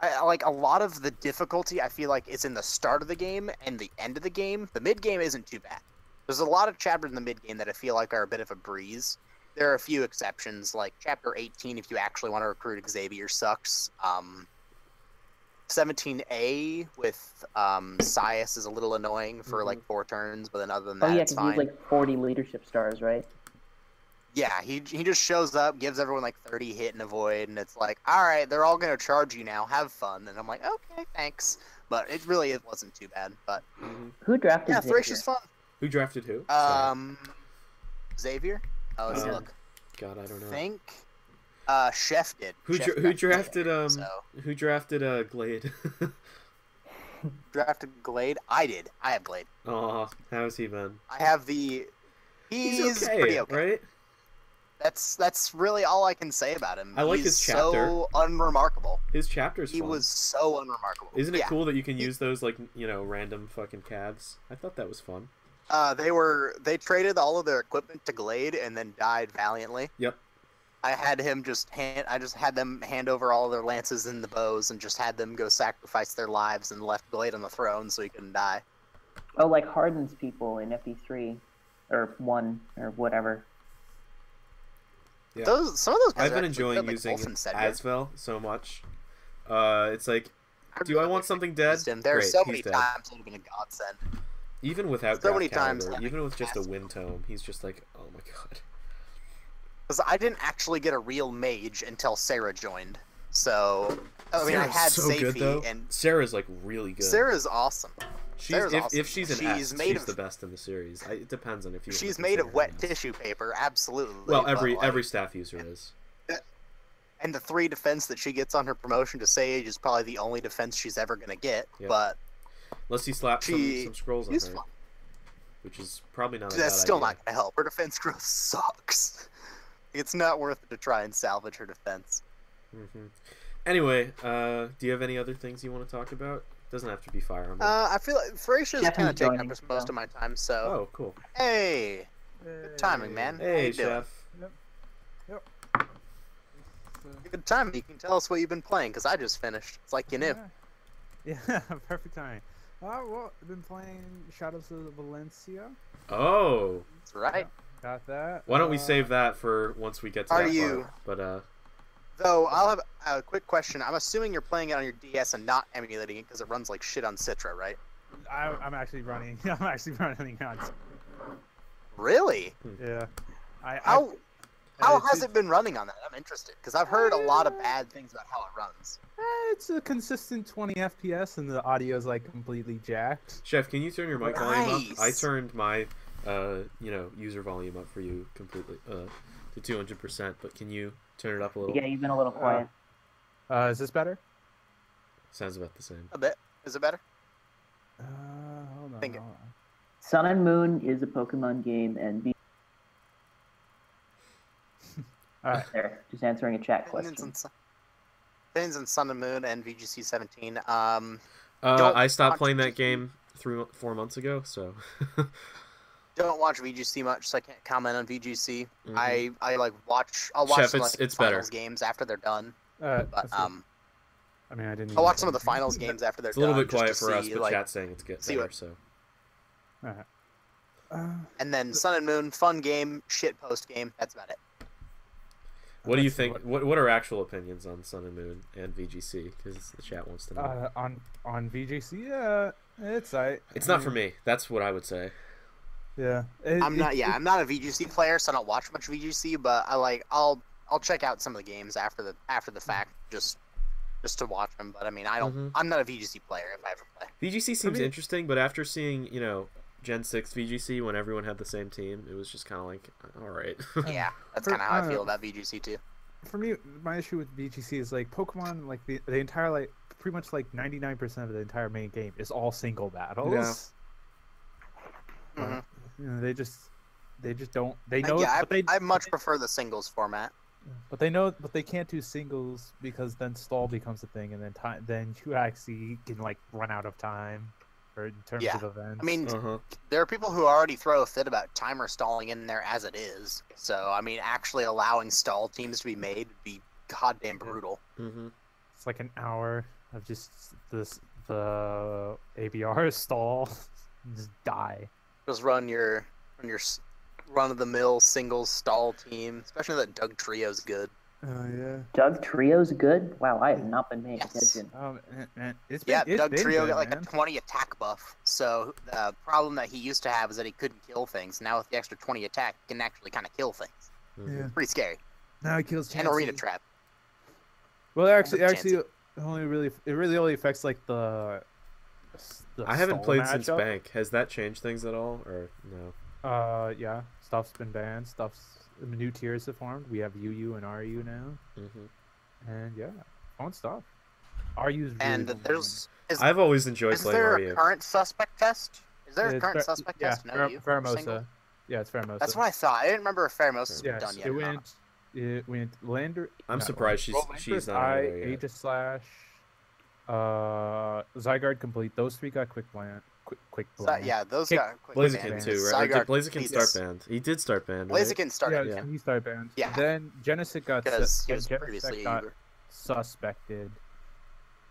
S2: I, I like a lot of the difficulty. I feel like it's in the start of the game and the end of the game. The mid game isn't too bad. There's a lot of chapters in the mid game that I feel like are a bit of a breeze. There are a few exceptions, like chapter 18, if you actually want to recruit Xavier, sucks. Um, 17A with um, Sias is a little annoying for
S1: Mhm.
S2: like four turns, but then other than
S3: Mm-hmm. Oh
S2: that,
S3: yeah,
S2: it's
S3: because
S2: fine.
S3: he's like 40 leadership stars, right?
S2: Yeah, he he just shows up, gives everyone like 30 hit and avoid, and it's like, all right, they're all gonna charge you now. Have fun. And I'm like, okay, thanks. But it really it wasn't too bad. But
S3: Who drafted?
S2: yeah,
S3: Xavier?
S2: Thracia's fun.
S1: mm-hmm. Who drafted who? Sorry.
S2: Um, Xavier. Oh, let's
S1: Um,
S2: look.
S1: God, I don't know.
S2: Think. Uh, Chef did.
S1: Who
S2: Chef
S1: dra- who drafted
S2: drafted Xavier,
S1: um
S2: So
S1: who drafted uh Glade?
S2: drafted Glade. I did. I have Glade.
S1: Aw, how's he been?
S2: I have the. He's,
S1: okay,
S2: pretty okay.
S1: right?
S2: That's that's really all I can say about him.
S1: I like
S2: He's
S1: his
S2: So unremarkable.
S1: His chapter's
S2: He
S1: fun.
S2: was so unremarkable.
S1: Isn't it
S2: Yeah.
S1: cool that you can
S2: He-
S1: use those like you know random fucking calves? I thought that was fun.
S2: Uh, they were they traded all of their equipment to Glade and then died valiantly.
S1: Yep.
S2: I had him just hand I just had them hand over all their lances and the bows and just had them go sacrifice their lives and left Glade on the throne so he couldn't die.
S3: Oh, like Harden's people in FE3, or one or whatever.
S1: Yeah.
S2: Those some of those guys
S1: I've
S2: are
S1: been
S2: actually
S1: enjoying
S2: good, like
S1: using
S2: Olsen said,
S1: Asvel so much. Uh, it's like, do I want something dead?
S2: Him. There are
S1: Great,
S2: so
S1: he's
S2: many
S1: dead.
S2: times it would have been a godsend.
S1: Even without
S2: so
S1: Graph
S2: many times
S1: Calendar,
S2: that
S1: even with just a
S2: Asvel-
S1: wind tome, he's just like, oh my god.
S2: Because I didn't actually get a real mage until Sarah joined. So Oh, I mean I
S1: Sarah's
S2: had
S1: so good,
S2: Safi
S1: though.
S2: and
S1: Sarah's like really good.
S2: Sarah's awesome.
S1: she's,
S2: Sarah's
S1: if,
S2: awesome.
S1: if she's an
S2: She's
S1: S,
S2: made
S1: she's
S2: of-
S1: the best in the series. I, it depends on if you. wanna
S2: She's made of
S1: consider her
S2: wet
S1: an S.
S2: tissue paper, absolutely.
S1: Well,
S2: but,
S1: every
S2: like,
S1: every staff user is.
S2: and the three defense that she gets on her promotion to Sage is probably the only defense she's ever gonna get.
S1: Yep.
S2: But
S1: Unless you slap some,
S2: She-
S1: some scrolls on
S2: she's
S1: her,
S2: fine.
S1: which is probably not. A
S2: that's
S1: bad
S2: still
S1: idea.
S2: not gonna help. Her defense growth sucks. It's not worth it to try and salvage her defense.
S1: hmm Anyway, uh, do you have any other things you want to talk about? Doesn't have to be Fire Emblem.
S2: Uh, I feel like Frasia's
S3: Stephanie's
S2: kind of taking up
S3: joining,
S2: just most
S3: so-
S2: of my time. So
S1: oh, cool.
S2: hey, timing, man. How
S1: Hey,
S2: you doing?
S1: Chef.
S2: good time. You can tell us what you've been playing because I just finished. It's like you knew.
S4: Yeah, yeah perfect timing. Uh, well, I've been playing Shadows of Valencia.
S1: Oh,
S2: That's right.
S4: Got that.
S1: why don't we
S4: Uh,
S1: save that for once we get to
S2: Are
S1: that
S2: you-
S1: part? But uh,
S2: Though I'll have a quick question. I'm assuming you're playing it on your DS and not emulating it because it runs like shit on Citra, right?
S4: I, I'm actually running. I'm actually running on.
S2: Really?
S4: Yeah. I, I,
S2: How How
S4: it's
S2: has
S4: ju-
S2: it been running on that? I'm interested because I've heard a lot of bad things about how it runs.
S4: eh, It's a consistent 20 FPS, and the audio is like completely jacked.
S1: Chef, can you turn your mic volume up? I
S2: Nice.
S1: turned my, uh, you know, user volume up for you completely uh, to two hundred percent. But can you turn it up a little?
S3: Yeah, you've been a little quiet.
S4: Uh, is this better?
S1: Sounds about the same.
S2: A bit. Is it better?
S4: Uh, hold on.
S2: Think it-
S4: hold on.
S3: Sun and Moon is a Pokemon game, and be
S4: All right.
S3: there. Just answering a chat
S2: Opinions
S3: question.
S2: and, Sun- Opinions and Sun and Moon and VGC 17. Um,
S1: Uh,
S2: Don't
S1: I stopped
S2: watch
S1: playing that
S2: TV.
S1: game three, four months ago. So
S2: don't watch VGC much, so I can't comment on VGC.
S1: Mhm.
S2: I I like watch. I'll watch
S1: Chef,
S2: some,
S1: it's-
S2: like,
S1: it's better.
S2: finals games after they're done.
S4: Uh,
S2: But
S4: that's what-
S2: um,
S4: I mean, I didn't.
S2: I'll
S4: even
S2: watch some of the
S4: play
S2: finals games after they're
S1: it's a
S2: done.
S1: little bit
S2: just to
S1: quiet for us,
S2: see,
S1: but
S2: like-
S1: chat's saying it's good.
S2: see
S1: better,
S2: what-
S1: So
S4: anything.
S2: And then Sun and Moon, fun game, shit post game. That's about it.
S1: What do you
S4: That's
S1: think? What What are actual opinions on Sun and Moon and VGC? Because the chat wants to know.
S4: Uh, uh, on on VGC, yeah, it's I.
S1: it's not for me. That's what I would say.
S4: Yeah, It-
S2: I'm
S4: it-
S2: not. Yeah,
S4: it-
S2: I'm not a VGC player, so I don't watch much VGC. But I like. I'll I'll check out some of the games after the after the fact, just just to watch them. But I mean, I don't.
S4: Mm-hmm.
S1: Mhm.
S2: I'm not a VGC player if I ever play.
S1: VGC seems
S4: me-
S1: interesting, but after seeing you know Gen Six VGC when everyone had the same team, it was just kind of like, uh, all right.
S2: Yeah, that's
S4: For-
S2: kind of how I
S4: uh,
S2: feel about VGC too.
S4: for me, my issue with BGC is like Pokemon, like the the entire like pretty much like ninety nine percent of the entire main game is all single battles.
S2: Mhm.
S4: You know, they just they just don't they
S2: I-
S4: know
S2: yeah,
S4: but
S2: I,
S4: they
S2: I much prefer the singles format.
S4: but they know but they can't do singles because then stall becomes a thing and then time then you actually can like run out of time or in terms
S2: Yeah.
S4: of events.
S2: I mean,
S1: Uh
S4: Uh-huh.
S1: huh.
S2: there are people who already throw a fit about timer stalling in there as it is. So, I mean, actually allowing stall teams to be made would be goddamn brutal.
S1: hmm
S4: it's like an hour of just this the ABR stall just die.
S2: Just run your run your run of the mill singles stall team, especially that Doug Trio's good.
S4: Oh yeah.
S3: Doug Trio's good. Wow, I have not been paying
S2: Yes.
S3: attention.
S4: Um, and, and it's been,
S2: Yeah,
S4: it's
S2: Doug
S4: been
S2: Trio
S4: good,
S2: got like
S4: man.
S2: a 20 attack buff. So the problem that he used to have is that he couldn't kill things. Now with the extra 20 attack, he can actually kind of kill things.
S1: Mm-hmm.
S4: Yeah.
S2: Pretty scary.
S4: Now it kills
S2: And arena
S4: chances.
S2: trap.
S4: Well, it actually,
S2: Another
S4: actually, it only really, it really only affects like the. the
S1: I haven't
S4: stall
S1: played since
S4: matchup.
S1: Bank. Has that changed things at all, or no?
S4: Uh, yeah, stuff's been banned. Stuff's new tiers have formed. We have UU and RU now,
S1: hmm
S4: and yeah, on stuff. RU's really
S2: And
S4: dominant.
S2: there's is,
S1: I've always enjoyed
S2: is
S1: playing E
S2: there
S1: RU.
S2: a current suspect test? Is there a
S4: It's
S2: current
S4: Fer-
S2: suspect
S4: yeah,
S2: test? No,
S4: Fer-
S2: you for
S4: Faramosa.
S2: single?
S4: Yeah, it's Faramosa.
S2: That's what I thought. I didn't remember if Pharamos was
S4: Yes,
S2: done yet.
S4: it
S2: or not.
S4: went. It went Lander.
S1: I'm
S4: not
S1: surprised she's
S4: Landorus,
S1: she's not
S4: I,
S1: over there yet.
S4: Aegis Slash, uh, Zygarde complete. Those three got quick bland. Quick, quick
S2: So,
S4: bland.
S2: yeah, those
S4: Kick-
S2: got quick
S1: Blaziken
S2: bans.
S1: too, right? Or
S2: Zygarde,
S1: did Blaziken start
S2: Jesus.
S1: banned? He did start banned. Right?
S2: Blaziken started
S4: Yeah,
S1: yeah.
S4: he started banned.
S2: Yeah.
S4: Then Genesis got su-
S2: because he
S4: then
S2: was
S4: Genesect
S2: previously a
S4: got
S2: Uber.
S4: suspected,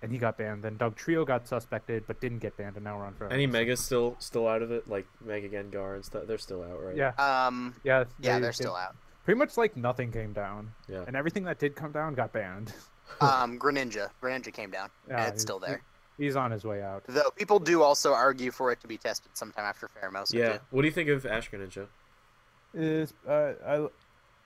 S4: and he got banned. Then Doug Trio got suspected, but didn't get banned, and now we're on Faramosa.
S1: Any megas still still out of it, like Mega Gengar and stuff. They're still out, right?
S4: Yeah,
S2: Um,
S4: yeah,
S2: yeah,
S4: they-
S2: they're
S4: they-
S2: still out.
S4: Pretty much like nothing came down,
S1: Yeah.
S4: and everything that did come down got banned.
S2: Um, Greninja, Greninja came down.
S4: Yeah,
S2: it's still
S4: he's-
S2: there.
S4: He's on his way out.
S2: Though people do also argue for it to be tested sometime after Pheromos.
S1: Yeah. What do you think of Ash Greninja?
S4: is uh, I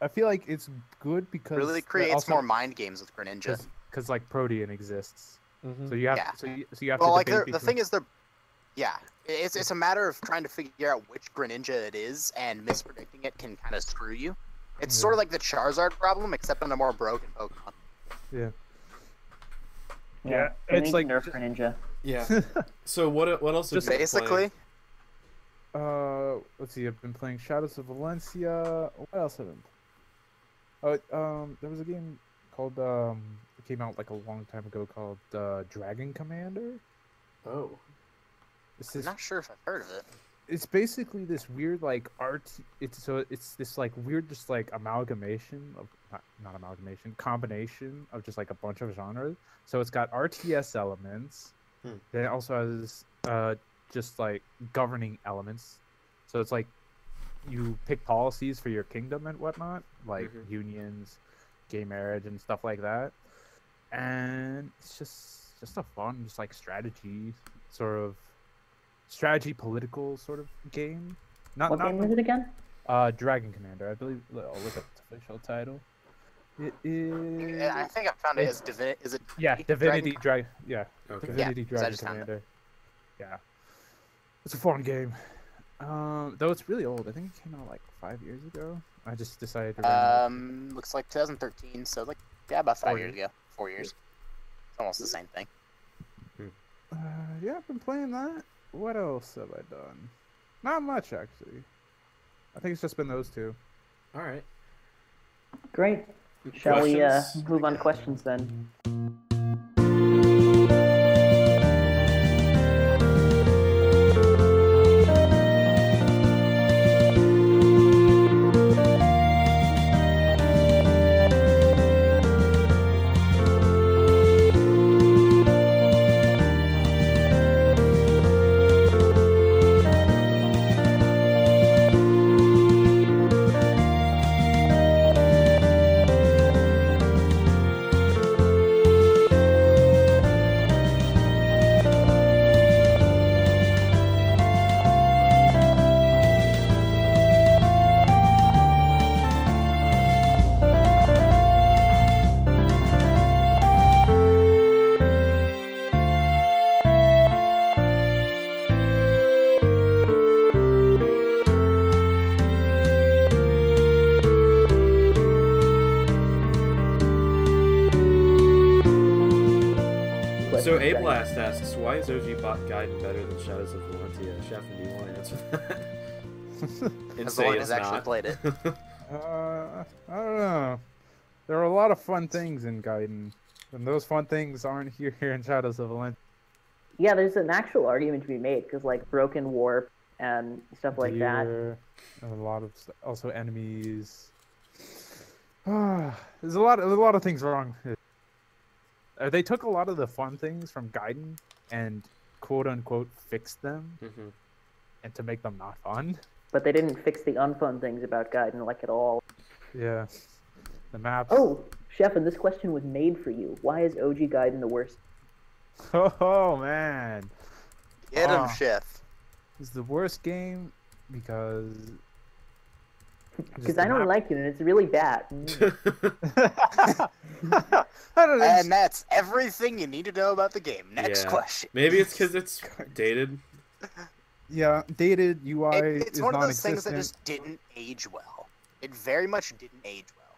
S4: I feel like it's good because
S2: really creates more mind games with Greninja.
S4: because like Protean exists,
S1: Mm-hmm.
S4: so you have
S2: Mm, Yeah.
S4: so you, so you have
S2: Well,
S4: to
S2: like
S4: debate
S2: they're- the thing
S4: between-
S2: is, they're yeah, it's it's a matter of trying to figure out which Greninja it is, and mispredicting it can kind of screw you. It's
S4: Yeah.
S2: sort of like the Charizard problem, except on a more broken Pokemon.
S4: Yeah,
S3: They
S4: it's
S3: need to
S4: like-
S3: nerf Greninja.
S1: Yeah. so what what else? have
S2: Just
S1: you been
S2: basically,
S1: playing?
S4: uh let's see I've been playing Shadows of Valencia. What else have I been? Oh, it- um, there was a game called um it came out like a long time ago called uh, Dragon Commander.
S1: Oh.
S4: This
S2: I'm
S4: is
S2: not sure if I've heard of it.
S4: it's basically this weird like art it's so it's this like weird just like amalgamation of not, not amalgamation combination of just like a bunch of genres so it's got rts elements
S1: Hmm.
S4: then it also has uh just like governing elements so it's like you pick policies for your kingdom and whatnot like
S1: Mhm.
S4: unions gay marriage and stuff like that and it's just just a fun just like strategy sort of strategy political sort of game. Not
S3: What
S4: not
S3: game is it again?
S4: uh Dragon Commander, I believe. I'll look up the official title. It is
S2: I think I found it as Divinity. Is it?
S4: yeah, Divinity Dragon. yeah,
S1: Okay.
S2: Yeah,
S4: Divinity
S2: so I
S4: Dragon
S2: just found it.
S4: Commander. Yeah, it's a fun game. Um, though it's really old. I think it came out like five years ago. I just decided to. randomly-
S2: Um, looks like 2013. So like yeah, about five
S4: Four
S2: years ago, four years. It's almost the same thing.
S4: Uh, yeah, I've been playing that. What else have I done? Not much actually. I think it's just been those two.
S1: All right.
S3: Great. Shall we uh,
S1: Questions?
S3: move on to questions then?
S1: K Blast asks, why is OG Bot Gaiden better than Shadows of Valentia? Shafton, do you want to answer that? and
S2: As
S1: say
S2: long
S1: it's
S2: as I actually
S1: not.
S2: played it.
S4: Uh, I don't know. There are a lot of fun things in Gaiden, and those fun things aren't here in Shadows of Valentia.
S3: Yeah, there's an actual argument to be made because like broken warp and stuff like that.
S4: Deer, and A lot of st- also enemies. there's a lot. There's a lot of things wrong. Uh, They took a lot of the fun things from Gaiden and quote unquote fixed them
S1: hmm
S4: and to make them not fun.
S3: But they didn't fix the unfun things about Gaiden like at all.
S4: Yeah. The maps.
S3: Oh, Sheffin, this question was made for you. Why is OG Gaiden the worst?
S4: oh man.
S2: Get him,
S4: Ah.
S2: Chef.
S4: It's the worst game because.
S3: Because I don't like it and it's really bad. Mm.
S4: I
S3: Uh,
S4: don't
S2: And that's everything you need to know about the game. Next
S1: Yeah.
S2: question.
S1: Maybe it's because it's dated.
S4: Yeah, dated UI
S2: It- it's
S4: is
S2: one of
S4: non
S2: those things that just
S4: existent.
S2: didn't age well. It very much didn't age well.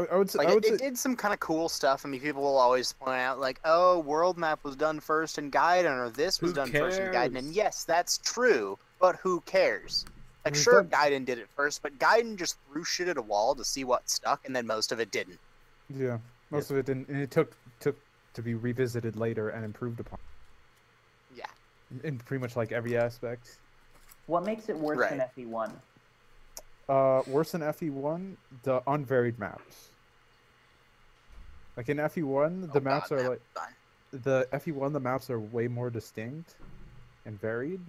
S4: I, I would say,
S2: Like
S4: I
S2: it,
S4: would
S2: it
S4: say
S2: did some kind of cool stuff. I mean, people will always point out like, "Oh, world map was done first in Gaiden, or this was
S1: Who
S2: done first in Gaiden."
S1: cares?
S2: And yes, that's true, but who cares? Like,
S4: It was
S2: sure,
S4: done-
S2: Gaiden did it first, but Gaiden just threw shit at a wall to see what stuck, and then most of it didn't.
S4: yeah, most of it didn't. And it took took to be revisited later and improved upon
S2: Yeah,
S4: in pretty much like every aspect.
S3: What makes it worse than E
S2: Right.
S3: FE1?
S4: Uh, worse than FE1, the unvaried maps. Like in FE1, the
S2: Oh, God,
S4: maps are
S2: that
S4: like
S2: was fun.
S4: the FE1. The maps are way more distinct and varied.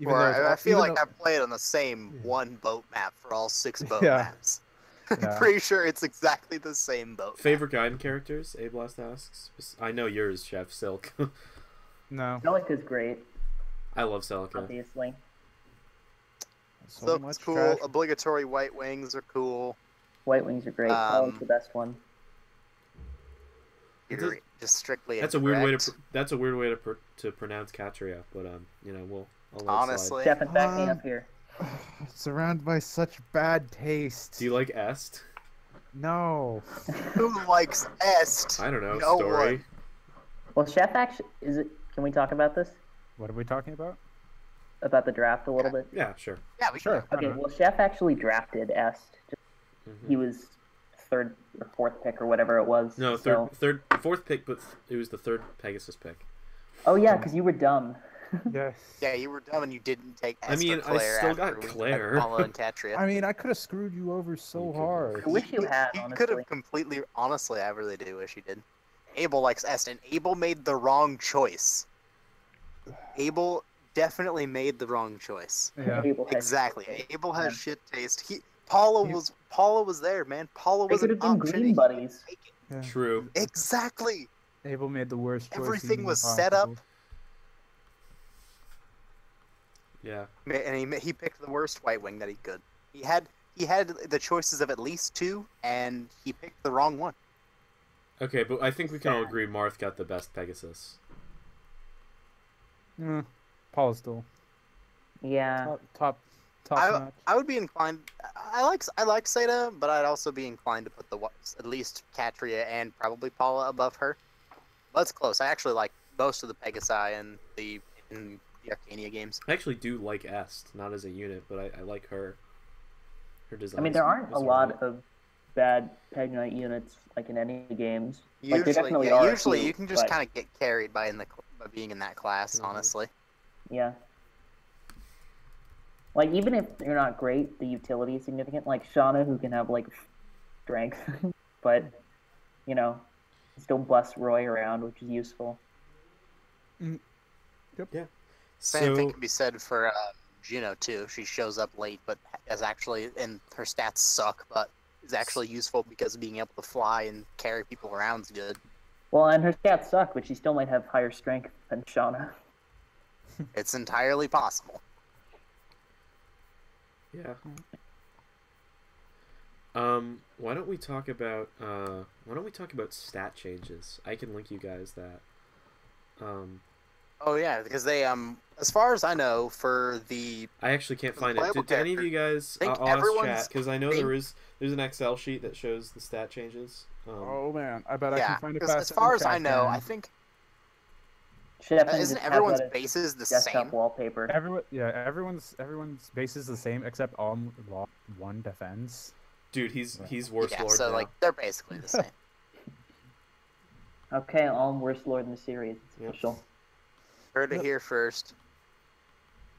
S4: Even
S2: or
S4: though it's
S2: I,
S4: all-
S2: I feel
S4: even
S2: like
S4: though-
S2: I've played on the same
S4: Yeah.
S2: one boat map for all six boat
S4: Yeah.
S2: maps.
S4: Yeah.
S2: Pretty sure it's exactly the same boat. map.
S1: Favorite Gaiden characters? A Blast asks. I know yours, Chef Silk.
S4: no
S3: Delica's great,
S1: I love Celica.
S3: obviously.
S4: so
S2: So
S4: much
S2: cool.
S4: trash.
S2: Obligatory white wings are cool.
S3: White Wings are great.
S2: Um,
S3: Colin's the best one.
S1: It
S2: You're
S1: does-
S2: just strictly.
S1: That's a weird way to.
S2: incorrect.
S1: Pr- that's a weird way to pr- to pronounce Katria, but um, you know, we'll. I'll let it slide.
S2: Honestly,
S3: Sheffin, back me
S4: Um,
S3: up here.
S4: Surrounded by such bad taste.
S1: Do you like Est?
S4: No.
S2: who likes Est?
S1: I don't know.
S2: No
S1: story.
S2: one.
S3: Well, Chef actually is it? Can we talk about this?
S4: What are we talking about?
S3: About the draft a little bit?
S1: Yeah, sure.
S2: Yeah, we
S4: Sure.
S2: sure.
S4: I
S3: Okay,
S4: don't know.
S3: well, Chef actually drafted Est.
S1: Mhm.
S3: He was third or fourth pick or whatever it was.
S1: No, third,
S3: so-
S1: third, fourth pick, but th- it was the third Pegasus pick.
S3: Oh yeah, because you were dumb.
S4: Yes.
S2: Yeah, you were dumb and you didn't take. Est
S1: I mean,
S2: or
S1: I
S2: Claire
S1: still
S2: after
S1: got
S2: we had
S1: Claire.
S2: Paula and Catria.
S4: I mean, I could have screwed you over so
S1: You could've.
S4: hard.
S3: I wish you had,
S2: He could
S3: honestly.
S2: have completely. Honestly, I really do wish you did. Abel likes Est, and Abel made the wrong choice. Abel definitely made the wrong choice.
S4: Yeah.
S3: Abel had-
S2: Exactly. Abel has
S3: Yeah.
S2: shit taste. He Paula
S4: You-
S2: was Paula was there, man. Paula
S3: They
S2: was
S3: could
S2: an
S3: have been
S2: option. and
S3: green
S2: he
S3: buddies.
S2: didn't take it.
S4: yeah.
S1: True.
S2: Exactly.
S4: Abel made the worst choice.
S2: Everything
S4: even
S2: was set up.
S4: possible.
S1: Yeah.
S2: Ma- And he ma- he picked the worst white wing that he could. He had he had the choices of at least two, and he picked the wrong one.
S1: Okay, but I think we can all agree Marth got the best Pegasus.
S4: Mm. Paul's still
S3: Yeah.
S4: top top top notch.
S2: I would be inclined. I- I like I like Seda, but I'd also be inclined to put the wa- at least Katria and probably Paula above her. But it's close. I actually like most of the Pegasi and the in the Arcania games.
S1: I actually do like Est, not as a unit, but I, I like her. Her design.
S3: I mean, there aren't a lot of bad Peg Knight units like in any games. Like, they
S2: Usually,
S3: definitely
S2: yeah,
S3: are
S2: usually
S3: too,
S2: you can just
S3: but-
S2: kind of get carried by in the cl- by being in that class.
S1: Mhm.
S2: Honestly,
S3: Yeah. Like even if you're not great, the utility is significant. Like Shauna, who can have like strength, but you know, still bust Roy around, which is useful.
S2: same
S1: So,
S2: thing can be said for uh, Juno too. She shows up late, but is actually and her stats suck, but is actually useful because being able to fly and carry people around is good.
S3: Well, and her stats suck, but she still might have higher strength than Shauna.
S2: It's entirely possible.
S1: yeah. Um, why don't we talk about uh, why don't we talk about stat changes? I can link you guys that. Um,
S2: Oh yeah, because they um, as far as I know, for the
S1: I actually can't
S2: For the
S1: find it.
S2: playable
S1: Did any of
S2: character,
S1: you guys?
S2: I
S1: I'll
S2: think
S1: I'll ask
S2: everyone's-
S1: chat because I know there
S2: think-
S1: is there's an Excel sheet that shows the stat changes. Um,
S4: Oh man, I bet I
S2: yeah,
S4: can find it.
S2: 'cause as far as I know, I think
S3: Should have
S2: Uh,
S3: them
S2: Isn't
S3: just have
S2: everyone's
S3: that as
S2: bases the
S3: desktop
S2: same?
S3: wallpaper.
S4: Everyone, yeah, everyone's everyone's base is the same except on law one defense.
S1: Dude, he's
S4: Right.
S1: he's worse
S2: yeah,
S1: lord
S2: so
S1: now.
S2: like they're basically the same.
S3: Okay, all worst lord in the series. It's
S1: Yep.
S3: official.
S2: Heard it
S4: Yep.
S2: here first.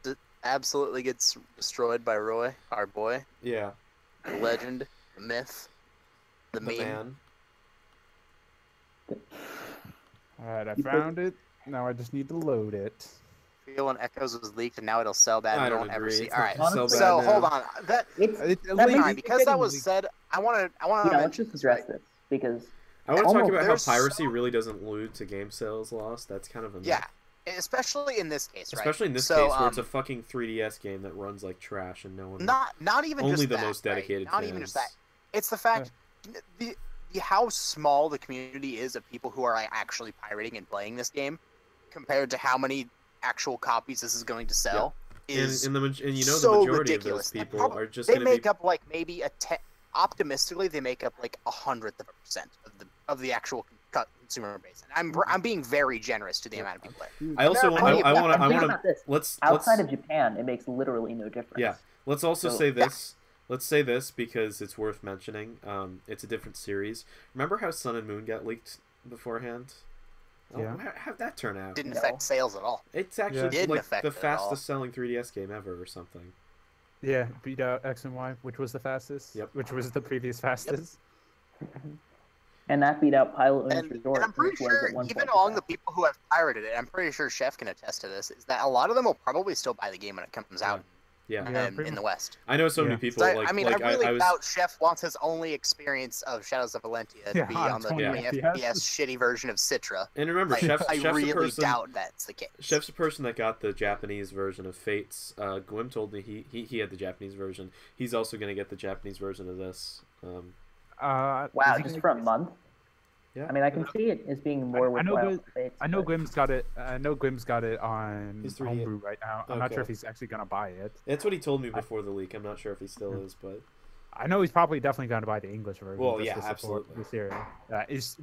S2: D- absolutely gets destroyed by Roy, our boy,
S1: yeah,
S2: the legend, the myth, the,
S1: the
S2: meme.
S1: man.
S4: All right, I
S3: You put-
S4: found it. Now I just need to load it.
S2: Feel and Echoes was leaked, and now it'll sell bad.
S1: I
S2: and no
S1: don't
S2: one ever
S1: agree.
S2: see.
S1: It's
S2: All
S1: not
S2: right,
S1: gonna
S2: so,
S1: sell bad now.
S2: hold on. That
S3: It's
S4: It, it
S3: That
S4: leaked-
S3: makes-
S2: fine, because that was said. I want to. Uh, I want to
S3: yeah. Let's
S2: mention
S3: just
S2: this,
S3: address
S2: right?
S3: this because
S1: I want to
S4: Almost.
S1: talk about how
S2: There's
S1: piracy
S2: so-
S1: really doesn't lead to game sales loss. That's kind of a myth.
S2: Yeah, especially in this case, right?
S1: especially in this
S2: So,
S1: case where it's a
S2: um,
S1: fucking 3DS game that runs like trash and no one.
S2: not not even
S1: only
S2: just
S1: the
S2: that,
S1: most
S2: right?
S1: dedicated.
S2: Not
S1: fans.
S2: even just that. It's the fact the, the how small the community is of people who are like, actually pirating and playing this game, compared to how many actual copies this is going to sell. Is
S1: and, and, the, maj- and you know
S2: so
S1: the majority
S2: ridiculous.
S1: of those
S2: And
S1: people
S2: prob-
S1: are just
S2: they
S1: gonna
S2: make
S1: be
S2: up like maybe a ten. Optimistically, they make up like a hundredth of a percent of the of the actual co- consumer base. And I'm I'm being very generous to the amount of people. There.
S1: I also
S2: There
S1: want.
S2: are
S1: I
S2: plenty of-
S1: want to. I
S3: think
S1: want to.
S3: about this.
S1: Let's let's
S3: Outside of Japan, it makes literally no difference.
S1: Yeah. let's also
S3: so-
S1: say this. Let's say this because it's worth mentioning. Um, it's a different series. Remember how Sun and Moon got leaked beforehand? Oh,
S4: Yeah.
S1: how, how'd that turn out?
S2: Didn't
S3: No.
S2: affect sales at all.
S1: It's actually
S2: Didn't
S1: like
S2: affect
S1: the
S2: it at all.
S1: fastest selling 3DS game ever, or something.
S4: Yeah, beat out X and Y, which was the fastest.
S1: Yep.
S4: Which was the previous fastest.
S3: And that beat out Pilot
S2: And,
S3: Wings Resort.
S2: and I'm pretty
S3: which was
S2: sure
S3: at one
S2: even
S3: point
S2: among
S3: the
S2: the people who have pirated it, I'm pretty sure Chef can attest to this. Is that a lot of them will probably still buy the game when it comes out
S1: Yeah,
S4: Yeah,
S2: um,
S4: pretty
S2: in the
S4: much.
S2: West.
S1: I know so
S4: Yeah.
S1: many people.
S2: So I-
S1: like,
S2: I mean,
S1: like,
S2: I really
S1: was,
S2: doubt Chef wants his only experience of Shadows of Valentia to
S4: Yeah,
S2: be
S4: on
S2: on the
S4: 20
S2: 20
S4: FPS.
S2: FPS shitty version of Citra.
S1: And remember,
S2: Like,
S1: Chef,
S2: I
S1: Chef's
S2: really
S1: a person.
S2: doubt that's the case.
S1: Chef's a person that got the Japanese version of Fates. Uh, Gwim told me he, he he had the Japanese version. He's also gonna get the Japanese version of this. Um,
S4: Uh,
S3: Wow,
S4: is it
S3: just
S4: gonna-
S3: for a month?
S1: Yeah.
S3: I mean, I can see it as being more
S4: I- I know
S3: worthwhile.
S4: Gwyn-
S3: for Fates,
S4: I know
S3: but
S4: Gwim's got it. I know Gwim's got it on
S1: He's 3D.
S4: homebrew right now. I'm not sure
S1: Okay.
S4: if he's actually gonna buy it.
S1: that's what he told me before the leak. I'm not sure if he still is, but
S4: I know he's probably definitely going to buy the English version.
S1: Well,
S4: just
S1: yeah,
S4: to support
S1: absolutely.
S4: The series. Uh, is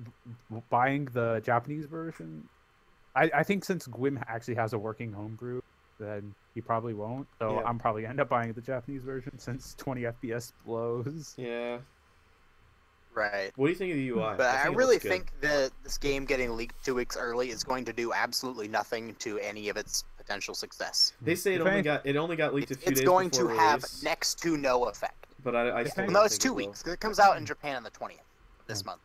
S4: w- buying the Japanese version. I, I think since Gwim actually has a working homebrew, then he probably won't. So
S1: Yeah.
S4: I'm probably gonna end up buying the Japanese version since 20 FPS blows.
S1: yeah.
S2: Right.
S1: What do you think of the UI?
S2: But I,
S1: think it
S2: really
S1: looks good.
S2: think that this game getting leaked two weeks early is going to do absolutely nothing to any of its potential success.
S1: they say it
S4: If
S1: only
S4: any-
S1: got it only got leaked a
S2: It's,
S1: few
S2: it's
S1: days
S2: going to
S1: before
S2: have
S1: release,
S2: next to no effect.
S1: But I, I
S4: If
S1: still
S4: any-
S1: don't
S2: No, it's
S1: think
S2: two
S1: it will. Hmm.
S2: weeks. 'cause It comes out in Japan on the 20th of this month.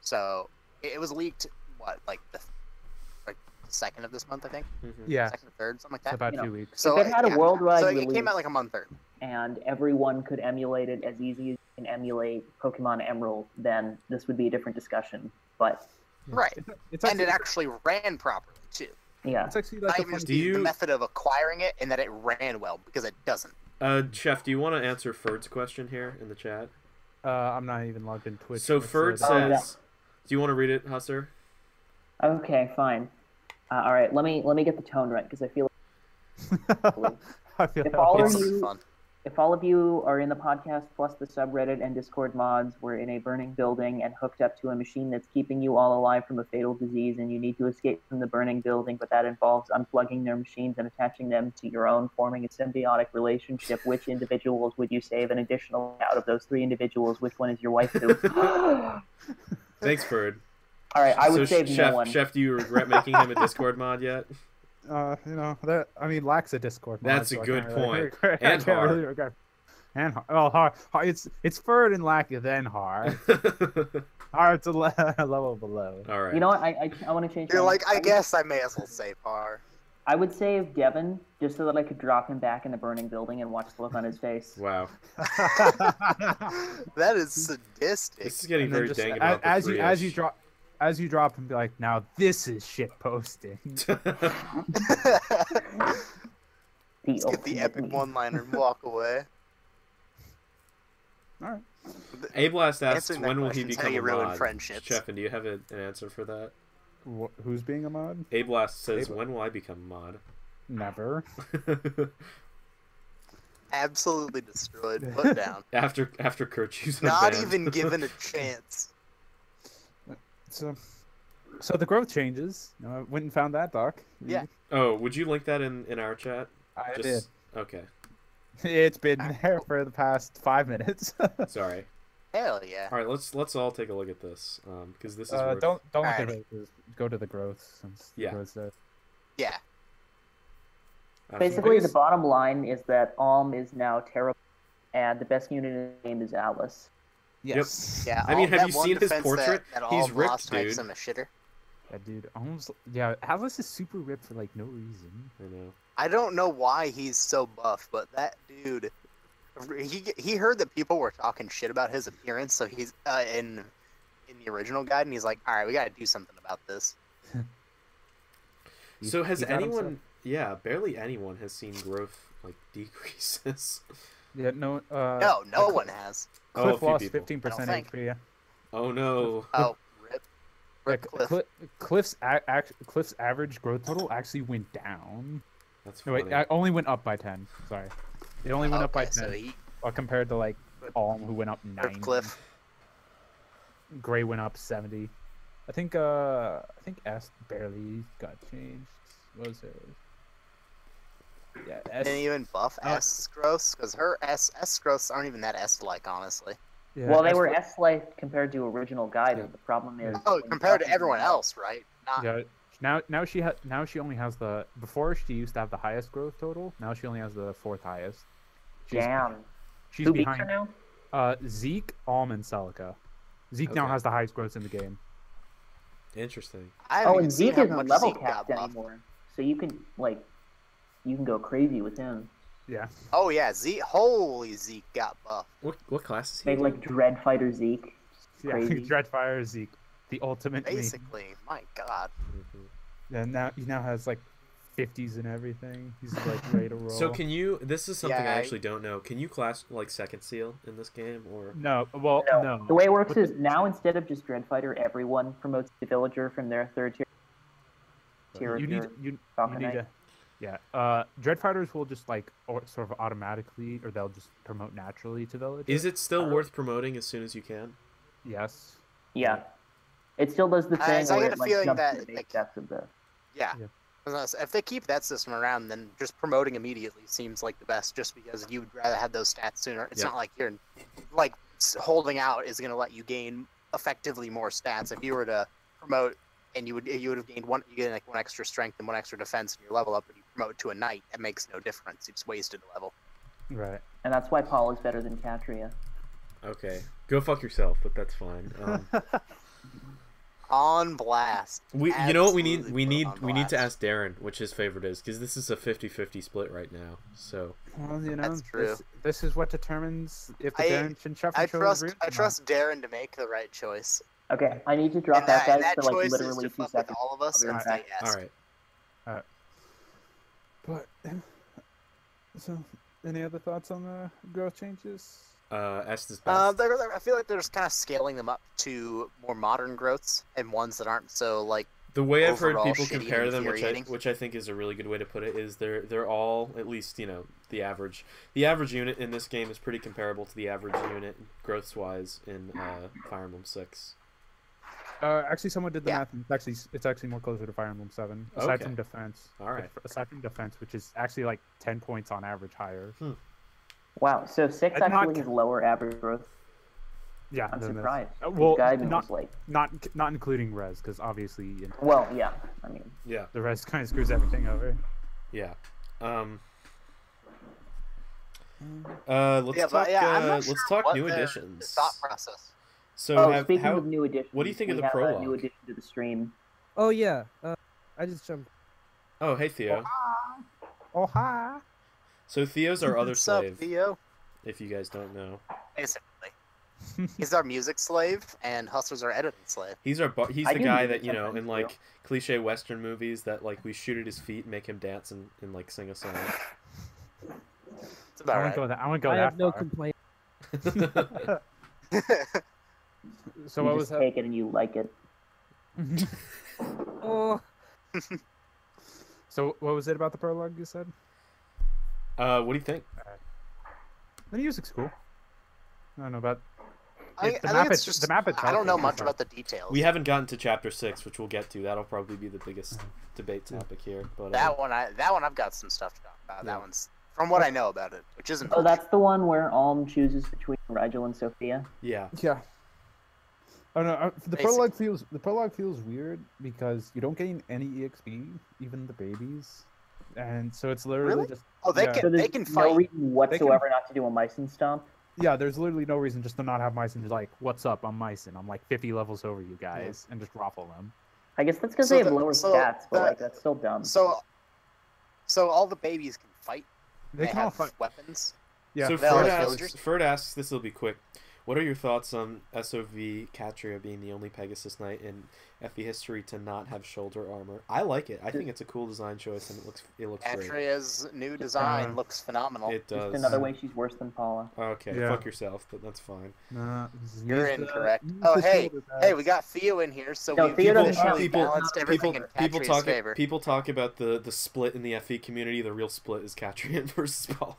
S2: So it, it was leaked, what, like the like the second of this month, I think?
S1: Mhm.
S4: Yeah,
S2: Second or third, something like
S4: it's
S2: that.
S4: about
S3: You know,
S4: two weeks.
S2: So
S3: If it had a
S2: yeah,
S3: worldwide
S2: so it came
S3: release-
S2: out like a month early.
S3: And everyone could emulate it as easy as you can emulate Pokemon Emerald, then this would be a different discussion. But
S2: Right.
S4: It's, it's
S2: And
S4: actually,
S2: it actually ran properly too.
S3: yeah,
S4: it's actually
S2: Not
S4: like a
S2: even
S4: fun
S2: just
S1: Do
S2: the,
S1: you-
S2: the method of acquiring it and that it ran well because it doesn't.
S1: Uh, Chef, do you want to answer Ferd's question here in the chat?
S4: Uh, I'm not even logged in Twitch.
S1: so
S4: Twitch
S1: Ferd
S4: said-
S1: says,
S3: Oh, yeah.
S1: "Do you want to read it, Husser?"
S3: okay, fine. Uh, all right, let me let me get the tone right because I feel
S4: I feel
S3: If
S4: that
S3: all
S4: way.
S3: Are
S2: It's
S3: you-
S2: fun.
S3: if all of you are in the podcast plus the subreddit and Discord mods, we're in a burning building and hooked up to a machine that's keeping you all alive from a fatal disease, and you need to escape from the burning building, but that involves unplugging their machines and attaching them to your own, forming a symbiotic relationship. Which individuals would you save? And additionally, out of those three individuals, which one is your wife? To? all
S1: Thanks, Ferd.
S3: right, I
S1: so
S3: would
S1: Sh-
S3: save
S1: Chef,
S3: no one.
S1: Chef, do you regret making him a Discord mod yet?
S4: uh, you know that I mean lacks a Discord. mod,
S1: That's a
S4: so I
S1: good
S4: can't really
S1: point.
S4: regret- I
S1: And
S4: can't
S1: hard.
S4: really regret- and hard. Well, hard, hard. It's it's Ferd and Lack then hard.
S1: All
S4: Hard's a le- level below.
S1: right.
S3: You know what? I, I, I want to change.
S2: You're
S3: my-
S2: like, I
S3: would-
S2: guess I may as well save R.
S3: I would save Devin just so that I could drop him back in the burning building and watch the look on his face.
S1: Wow,
S2: that is sadistic.
S1: this is getting
S4: And then
S1: very
S4: just-
S1: dang
S4: a-
S1: about the
S4: as you as you
S1: three-ish.
S4: drop as you drop and be like, now this is shit posting.
S2: Let's get
S3: ultimate
S2: the epic
S3: meme.
S2: one liner and walk away.
S4: All right.
S1: A Blast asks,
S2: Answering that
S1: when will he
S2: question is how
S1: become
S2: you
S1: a
S2: ruin
S1: mod?
S2: friendships.
S1: Chef, and do you have a, an answer for that?
S4: Wh- who's being a mod?
S1: A Blast says,
S4: Abla-
S1: when will I become mod?
S4: Never.
S2: Absolutely destroyed, put down.
S1: after after Kerchu's
S2: Not even given a chance.
S4: So So the growth changes. No, I went and found that doc.
S2: Yeah.
S1: Oh, would you link that in in our chat?
S4: I
S1: Just- Okay.
S4: did. It's been there for the past five minutes. uh,
S1: Sorry.
S2: Hell yeah.
S1: All right. Let's let's all take a look at this because this is
S4: don't
S1: worth...
S4: Uh, don't look at
S2: Alrighty.
S4: it. Just Go to the growth since
S1: Yeah.
S4: the growth's there.
S2: Yeah.
S1: I don't know.
S3: Basically, the
S1: Biggest-
S3: bottom line is that Alm is now terrible, and the best unit in the game is Atlas.
S4: Yes.
S2: Yeah.
S1: I mean,
S2: all-
S1: have
S2: that
S1: you
S2: one
S1: seen his
S2: defense
S1: portrait?
S2: That, that
S1: He's
S2: all
S1: ripped,
S2: Lost makes
S1: dude.
S2: him a shitter.
S4: That dude almost. Yeah, Atlas is super ripped for like no reason.
S1: I know.
S2: I don't know why he's so buff, but that dude, he he heard that people were talking shit about his appearance, so he's uh, in in the original guide, and he's like, all right, we got to do something about this.
S4: He-
S1: So has
S4: he got himself-
S1: anyone? Yeah, barely anyone has seen growth like decreases.
S4: Yeah, no. Uh,
S2: No, no
S4: Cliff-
S2: one has.
S1: Oh, a
S4: Cliff
S1: few
S4: lost
S1: people.
S4: fifteen percent
S2: I don't think.
S4: HP. Yeah.
S1: Oh no.
S2: Oh, rip,
S4: Yeah,
S2: rip
S4: Cl-
S2: Cliff.
S4: Cli- Cliff's a- act- Cliff's average growth total actually went down.
S1: That's
S4: No,
S1: funny.
S4: wait, I only went up by ten. Sorry, it only went up by
S2: Oh, Okay,
S4: ten
S2: so he,
S4: uh, compared to like Alm, who went up
S2: rip
S4: nine.
S2: Cliff.
S4: Gray went up seventy. I think uh I think S barely got changed. What was it? Yeah, S.
S2: didn't even buff
S4: Oh.
S2: S growths because her S S growths aren't even that S like honestly.
S4: yeah,
S3: well, they
S4: S-
S3: were S like compared to original guide, but the problem is
S2: Oh,
S3: when you
S2: compared
S3: talk
S2: to everyone
S3: about-
S2: else, right? Not
S4: Yeah. Now, now she has. Now she only has the. Before she used to have the highest growth total. Now she only has the fourth highest. She's,
S3: Damn.
S4: She's
S3: Who beats her
S4: behind
S3: now?
S4: uh, Zeke, Alm, and Celica. Zeke now
S1: Okay.
S4: has the highest growth in the game.
S1: Interesting.
S2: I haven't
S3: Oh,
S2: even
S3: and
S2: seen
S3: Zeke
S2: how
S3: isn't
S2: much
S3: level
S2: Zeke got
S3: capped
S2: buffed.
S3: anymore, so you can like, you can go crazy with him.
S4: Yeah.
S2: Oh yeah, Zeke. Holy Zeke got buffed.
S1: What what class is he?
S3: Made like Dread Fighter Zeke.
S4: Yeah.
S3: Crazy.
S4: Dreadfire Zeke, the ultimate. meme.
S2: Basically, my God.
S1: Mhm.
S4: Yeah. Now he now has like fifties and everything. He's like ready to roll.
S1: So can you? This is something
S2: Yeah,
S1: I
S2: I-
S1: actually don't know. Can you class like second seal in this game or?
S4: No. Well,
S3: No.
S4: no.
S3: The way it works is now instead of just Dread Fighter, everyone promotes the villager from their third tier. tier
S4: you
S3: of
S4: need
S3: your
S4: you, you
S3: Falcon
S4: need
S3: Knight.
S4: to, yeah. Uh, Dread Fighters will just like or, sort of automatically, or they'll just promote naturally to village.
S1: Is it still
S3: Uh,
S1: worth promoting as soon as you can?
S4: Yes.
S3: Yeah. It still does the
S2: I-
S3: thing
S2: so I
S3: where
S2: get
S3: it
S2: a
S3: like
S2: feeling
S3: jumps
S2: that,
S3: to the base
S2: like-
S3: steps of the.
S2: Yeah.
S4: Yeah.
S2: I was gonna say, If they keep that system around, then just promoting immediately seems like the best, just because you would rather have those stats sooner. It's
S1: Yeah.
S2: not like you're, like, s- holding out is gonna let you gain effectively more stats. If you were to promote, and you would you would have gained one, you gain like one extra strength and one extra defense in your level up, but you promote to a knight, it makes no difference. You just wasted a level.
S4: Right.
S3: And that's why Paul is better than Katria.
S1: Okay, go fuck yourself. But that's fine. Um,
S2: On blast.
S1: we you know what we need
S2: Absolutely
S1: we
S2: put it
S1: need
S2: on
S1: we need to
S2: blast.
S1: ask Darren which his favorite is because this is a 50-50 split right now. So
S4: Well, you know,
S2: That's true.
S4: This, this is what determines if the
S2: I-
S4: Darren Chin Chef
S2: I
S4: Control
S2: trust
S4: agrees
S2: I
S4: or not.
S2: trust Darren to make the right choice.
S3: Okay, I need to drop
S2: and
S3: that
S2: that,
S3: guy
S2: and that
S3: for like
S2: choice
S3: literally
S2: is to
S3: two
S2: fuck with
S3: seconds.
S2: all of us
S3: I'll be
S2: and
S3: right
S2: say
S3: back.
S2: yes.
S1: all right,
S4: But so, any other thoughts on the growth changes?
S1: uh, S is best.
S2: Uh, they're, they're- I feel like they're just kind of scaling them up to more modern growths and ones that aren't so like.
S1: The way I've heard
S2: overall
S1: people
S2: shitty and
S1: compare them, which I,
S2: infuriating.
S1: which I think is a really good way to put it, is they're they're all at least you know the average the average unit in this game is pretty comparable to the average unit growths wise in uh, Fire Emblem Six.
S4: Uh, actually, someone did the
S2: Yeah.
S4: math. And it's actually it's actually more closer to Fire Emblem Seven, aside
S1: Okay.
S4: from defense.
S1: All right.
S4: Aside from defense, which is actually like ten points on average higher.
S3: Wow, so six
S4: I'm not-
S3: actually has lower average growth.
S4: Yeah.
S3: I'm
S4: than this.
S3: surprised.
S4: Uh,
S3: This
S4: well,
S3: guy even
S4: not
S3: was like,
S4: not not including res, because obviously you know,
S3: well, yeah. I mean,
S1: Yeah,
S4: the res kind of screws everything over.
S1: yeah. Um, uh, let's
S2: Mm. Yeah,
S1: talk.
S2: but yeah, I'm
S1: uh,
S2: not
S1: let's
S2: sure
S1: talk
S2: what
S1: new
S2: their- their
S1: additions.
S2: Thought process.
S1: So
S3: oh,
S1: have,
S3: speaking
S1: how,
S3: of new additions,
S1: think of
S3: we
S1: the
S3: have a
S1: prologue?
S3: new addition to the stream.
S4: Oh yeah. Uh, I just jumped.
S1: oh hey Theo.
S4: Oh hi.
S1: So Theo's our other
S2: What's up,
S1: slave.
S2: Theo?
S1: If you guys don't know,
S2: Basically, he's our music slave and Hustler's our editing slave.
S1: he's our bu- he's
S3: I
S1: the
S3: didn't
S1: guy
S3: even
S1: that you know
S3: remember
S1: in
S3: Theo.
S1: like cliche Western movies that like we shoot at his feet, and make him dance, and, and like sing a song.
S2: It's about
S4: I
S2: right.
S4: won't go that. I won't go
S5: I
S4: that
S5: have no
S4: far.
S5: complaint.
S4: so
S3: you
S4: what was
S3: just
S4: that?
S3: take it and you like it.
S5: Oh,
S4: so what was it about the prologue you said?
S1: Uh, what do you think?
S4: The music's cool. I don't know about.
S2: I I, think-
S4: the
S2: I
S4: map
S2: think it's
S4: is-
S2: just
S4: the map is
S2: I don't know
S4: helpful.
S2: much about the details.
S1: We haven't gotten to chapter six, which we'll get to. That'll probably be the biggest debate topic here. But uh,
S2: that one. I that one I've got some stuff to talk about.
S1: Yeah.
S2: That one's from what I know about it, which isn't.
S3: Oh,
S2: much.
S3: that's the one where Alm chooses between Rigel and Sophia.
S1: yeah,
S4: Yeah. I don't know. uh, The
S2: Basically.
S4: prologue feels the prologue feels weird because you don't gain any exp, even the babies, and so it's literally
S2: Really?
S4: just
S2: Oh, they
S4: yeah.
S2: can
S3: So there's
S2: they can
S3: no
S2: fight.
S3: reason whatsoever not to do a Mycen stomp.
S4: yeah. There's literally no reason just to not have Mycen. Just like, what's up? I'm Mycen. I'm like 50 levels over you guys, and just raffle them.
S3: I guess that's because
S2: So
S3: they have
S2: the-
S3: lower
S2: so
S3: stats, but
S2: the-
S3: like that's still dumb.
S2: so, so all the babies can fight.
S4: They, can all
S2: have
S4: fight.
S2: weapons.
S4: Yeah.
S1: So
S2: They're
S1: Ferd
S2: like
S1: asks,
S2: villagers.
S1: Ferd asks, this will be quick. What are your thoughts on SOV Katria being the only Pegasus Knight in FE history to not have shoulder armor? I like it. I think it's a cool design choice, and it looks it looks great.
S2: Atria's new design
S4: Uh,
S2: looks phenomenal.
S1: It
S3: Just
S1: does.
S3: another way she's worse than Paula.
S1: Okay,
S4: Yeah.
S1: fuck yourself, but that's fine.
S4: Nah, use
S2: You're
S4: the-
S2: incorrect.
S4: use
S2: Oh,
S4: the
S2: hey,
S4: shoulder pad.
S2: hey, we got Theo in here, so
S3: No,
S2: we've
S3: Theo doesn't
S2: officially
S3: count.
S1: People-
S2: balanced everything
S1: People
S2: in
S1: people
S2: Catria's
S1: talk
S2: favor.
S1: people talk about the the split in the FE community. The real split is Katrian versus Paula.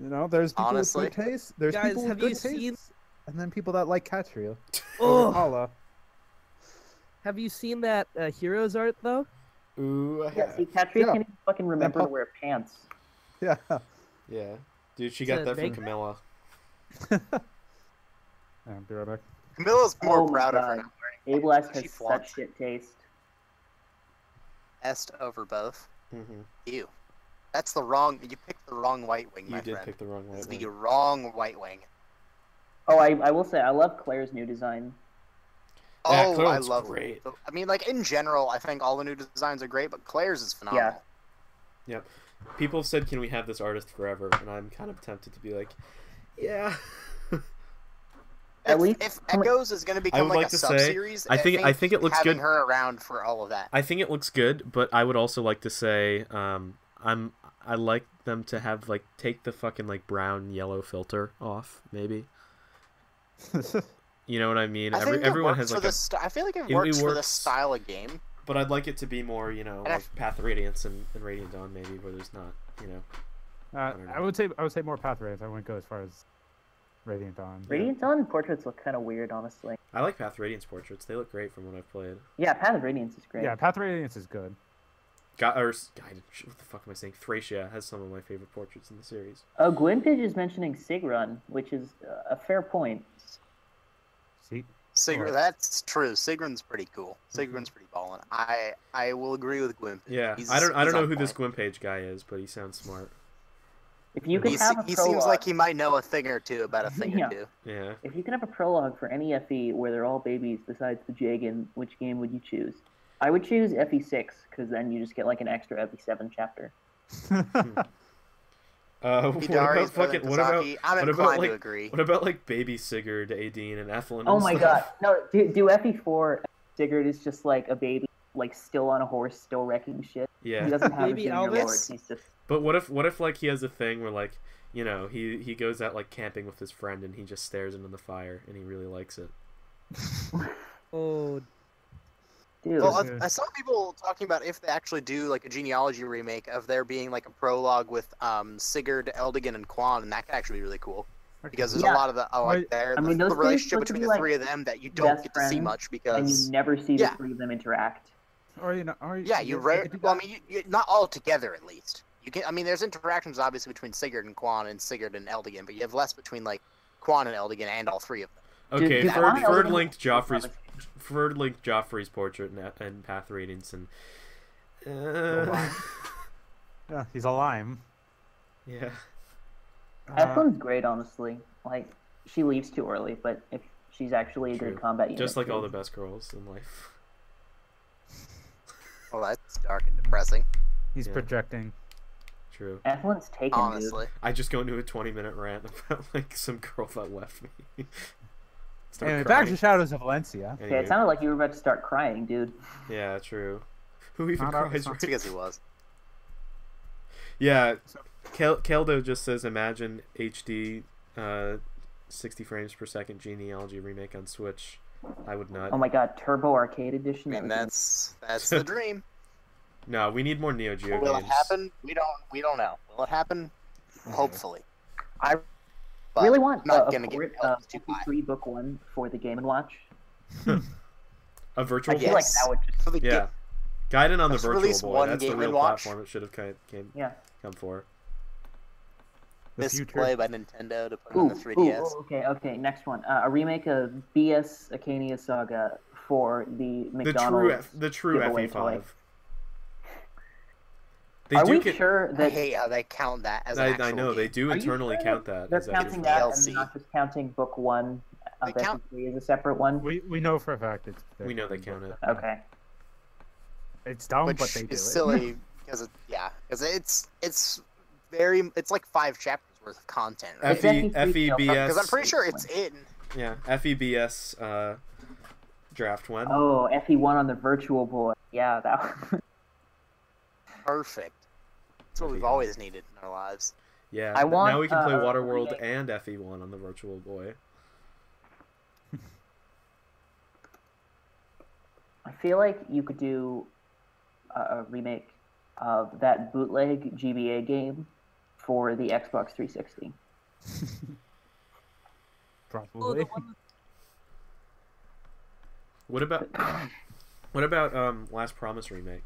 S4: You know, there's people
S2: Honestly.
S4: with good taste. There's
S5: Guys,
S4: people with
S5: have
S4: good
S5: you seen-
S4: taste, and then people that like Catria.
S5: Oh,
S4: Paula.
S5: have you seen that uh, Heroes art though?
S1: Ooh, I
S3: Yeah, see,
S1: have.
S3: Katria
S4: Yeah.
S3: can't even fucking remember to
S4: Paul-
S3: wear pants.
S4: Yeah.
S1: yeah, dude, she
S5: Is
S1: got
S5: it
S1: that from
S5: big?
S1: Camilla.
S4: Yeah, be right back.
S2: Camilla's more
S3: Oh my
S2: proud of
S3: God.
S2: her now.
S3: Abel S
S2: She
S3: has such
S2: flaunts.
S3: shit taste.
S2: Est over both.
S1: hmm
S2: You. That's the wrong. You picked the wrong white wing,
S1: You
S2: my
S1: did
S2: friend.
S1: pick the wrong
S2: It's
S1: white
S2: the
S1: one.
S2: wrong white wing.
S3: Oh, I, I will say I love Claire's new design.
S1: Yeah,
S2: Oh,
S1: Claire
S2: I
S1: looks
S2: love.
S1: great.
S2: I mean, like in general, I think all the new designs are great, but Claire's is phenomenal.
S1: People have said, "Can we have this artist forever?" And I'm kind of tempted to be like, "Yeah."
S3: At
S2: if,
S3: least-
S2: if
S3: come on.
S2: Echoes is going to become
S1: would
S2: like,
S1: like
S2: a
S1: to say,
S2: sub series,
S1: I think- I think it looks
S2: having
S1: good-
S2: her around for all of that.
S1: I think it looks good, but I would also like to say, um, I'm I like them to have like take the fucking like brown yellow filter off, maybe. You know what I mean?
S2: I
S1: Every,
S2: think it
S1: everyone has
S2: works for
S1: like a,
S2: this. st- I feel like it
S1: it
S2: works, for
S1: works-
S2: this style of game.
S1: but I'd like it to be more, you know,
S2: And I-
S1: like Path of Radiance and, and Radiant Dawn maybe, where there's not, you know.
S4: Uh,
S1: don't
S4: I
S1: know.
S4: would say I would say more path raids. I wouldn't go as far as Radiant Dawn.
S3: Radiant Dawn portraits look kind of weird, honestly.
S1: I like Path of Radiance portraits; they look great from what I've played.
S3: Yeah, Path of Radiance is great.
S4: Yeah, Path Radiance is good.
S1: Got or s- God, sh- what the fuck am I saying? Thracia has some of my favorite portraits in the series.
S3: Oh, Gwynpidge is mentioning Sigrun, which is uh, a fair point.
S4: See,
S2: Sigrun,
S4: Right.
S2: that's true. Sigrun's pretty cool. Sigrun's pretty ballin'. I I will agree with Gwyn.
S1: Mm-hmm. Yeah,
S2: He's-
S1: I don't I
S2: he's
S1: don't know
S2: on
S1: who this
S2: point.
S1: Gwimpage guy is, but he sounds smart.
S3: If you can
S2: He,
S3: have a
S2: he
S3: prologue,
S2: seems like he might know a thing or two about a thing
S3: Yeah.
S2: or two.
S1: Yeah.
S3: if you can have a prologue for any FE where they're all babies besides the Jagan, which game would you choose? I would choose FE6 because then you just get like an extra FE7 chapter.
S1: Uh, what about
S2: Hidari's brother
S1: fucking what about
S2: Kazaki, I'm
S1: what about,
S2: inclined
S1: like-
S2: to agree.
S1: What about like baby Sigurd, Adine, and Ethelyn?
S3: Oh
S1: and
S3: my god.
S1: stuff?
S3: No, do, do FE4. Sigurd is just like a baby, like still on a horse, still wrecking shit. He
S1: Yeah,
S3: doesn't have
S5: Baby
S3: a junior lord.
S5: Elvis?
S3: He's just
S1: but what if what if like he has a thing where like you know he he goes out like camping with his friend and he just stares into the fire and he really likes it.
S5: Oh,
S3: dude.
S2: Well,
S4: Yeah.
S2: I, I saw people talking about if they actually do like a genealogy remake of there being like a prologue with um, Sigurd, Eldigan, and Quan, and that could actually be really cool because there's
S3: Yeah.
S2: a lot of the oh, like
S4: Right.
S2: there
S3: I
S2: the,
S3: mean, those
S2: the
S3: things
S2: relationship
S3: look to
S2: between
S3: be,
S2: the
S3: like,
S2: three of them that you don't
S3: best
S2: get to see
S3: friends,
S2: much
S3: and you
S2: because
S3: never see the
S2: yeah.
S3: three of them interact.
S4: or you know, or
S2: yeah, you
S4: they
S2: rare.
S4: could do
S2: Well, I
S4: that.
S2: mean, you, you, not all together at least. You can. I mean, there's interactions obviously between Sigurd and Quan and Sigurd and Eldigan, but you have less between like Quan and Eldigan and all three of them.
S1: Okay,
S3: Dude,
S1: Ferd,
S3: Eldigan-
S1: Ferd linked Joffrey's Ferd linked Joffrey's portrait and, and Path Radiance and. Uh,
S4: Yeah, he's a lime.
S1: yeah.
S4: Uh,
S1: Uh-huh.
S3: Eflin's great, honestly. Like she leaves too early, but if she's actually a
S1: True.
S3: good combat unit,
S1: Just like all the
S3: she's-
S1: best girls in life.
S2: Well, that's dark and depressing,
S4: he's
S1: Yeah.
S4: projecting.
S1: True.
S3: Eflin's taken,
S2: honestly.
S1: I just go into a twenty minute rant about like some girl that left me. Start
S4: Anyway,
S1: crying.
S4: back to Shadows of Valencia.
S3: dude. Okay,
S1: Anyway,
S3: it sounded like you were about to start crying, dude.
S1: yeah, true. Who even
S4: Not our-
S1: cries?
S4: not
S1: right
S2: It's because he was.
S1: Yeah, Kel- Keldo just says imagine HD, uh, 60 frames per second genealogy remake on Switch. I would not.
S3: Oh my god, Turbo Arcade Edition.
S2: I mean,
S3: that was-
S2: that's that's the dream.
S1: no, we need more Neo Geo
S2: Will it
S1: games.
S2: happen? We don't. We don't know. Will it happen? Hopefully. I but
S3: really want
S2: not
S3: uh,
S2: gonna
S3: a
S2: get
S3: port
S2: help
S3: of
S2: too
S3: Pokemon 3 Book 1 for the Game & Watch.
S1: A
S3: I
S1: virtual
S2: Well,
S3: feel like
S2: yes.
S3: that would just...
S2: for the
S1: Yeah.
S2: game.
S1: Gaiden on the
S2: Let's
S1: virtual
S2: release
S1: boy.
S2: one
S1: That's the
S2: Game
S1: real
S2: and Watch.
S1: platform it should have kind came
S3: Yeah.
S1: come for.
S4: The
S2: misplay by Nintendo to put
S3: Ooh,
S2: on the 3DS.
S3: ooh, ooh, okay, okay, next one. Uh, a remake of BS Acania Saga for the
S1: The true
S3: McDonald's.
S1: F, the true
S3: giveaway
S1: FE5.
S3: toy.
S1: They
S3: Are
S1: do
S3: we
S1: ca-
S3: sure
S2: I
S3: that...
S2: hate how they count that as an
S1: I,
S2: actual
S1: I know they
S2: game.
S1: do
S3: Are you
S1: internally
S3: sure
S1: count that.
S3: They're
S1: as actual
S3: counting
S1: game.
S3: that and
S2: DLC.
S3: they're not just counting Book 1 of
S2: They count-
S3: FE3 as a separate one?
S4: We we know for a fact it's.
S1: We know they count it.
S3: Okay.
S4: It's
S1: Oh,
S4: dumb,
S2: which
S4: but they do
S2: is
S4: it.
S2: silly because it, yeah, because it's it's very it's like five chapters worth of content.
S1: FE,
S2: Right?
S3: F- E Exactly.
S1: FEBS.
S2: Because I'm pretty sure it's in.
S1: E Yeah, FEBS uh, draft one.
S3: Oh, FE1 on the Virtual Boy. Yeah, that
S2: Perfect. That's what we've always needed in our lives.
S1: Yeah,
S3: I
S1: th-
S3: want,
S1: now we can play
S3: uh,
S1: Waterworld
S3: okay.
S1: and FE1 on the Virtual Boy.
S3: I feel like you could do a, a remake of that bootleg GBA game for the Xbox 360.
S5: Oh, the
S4: Probably.
S5: one with-
S1: What about what about um Last Promise remake?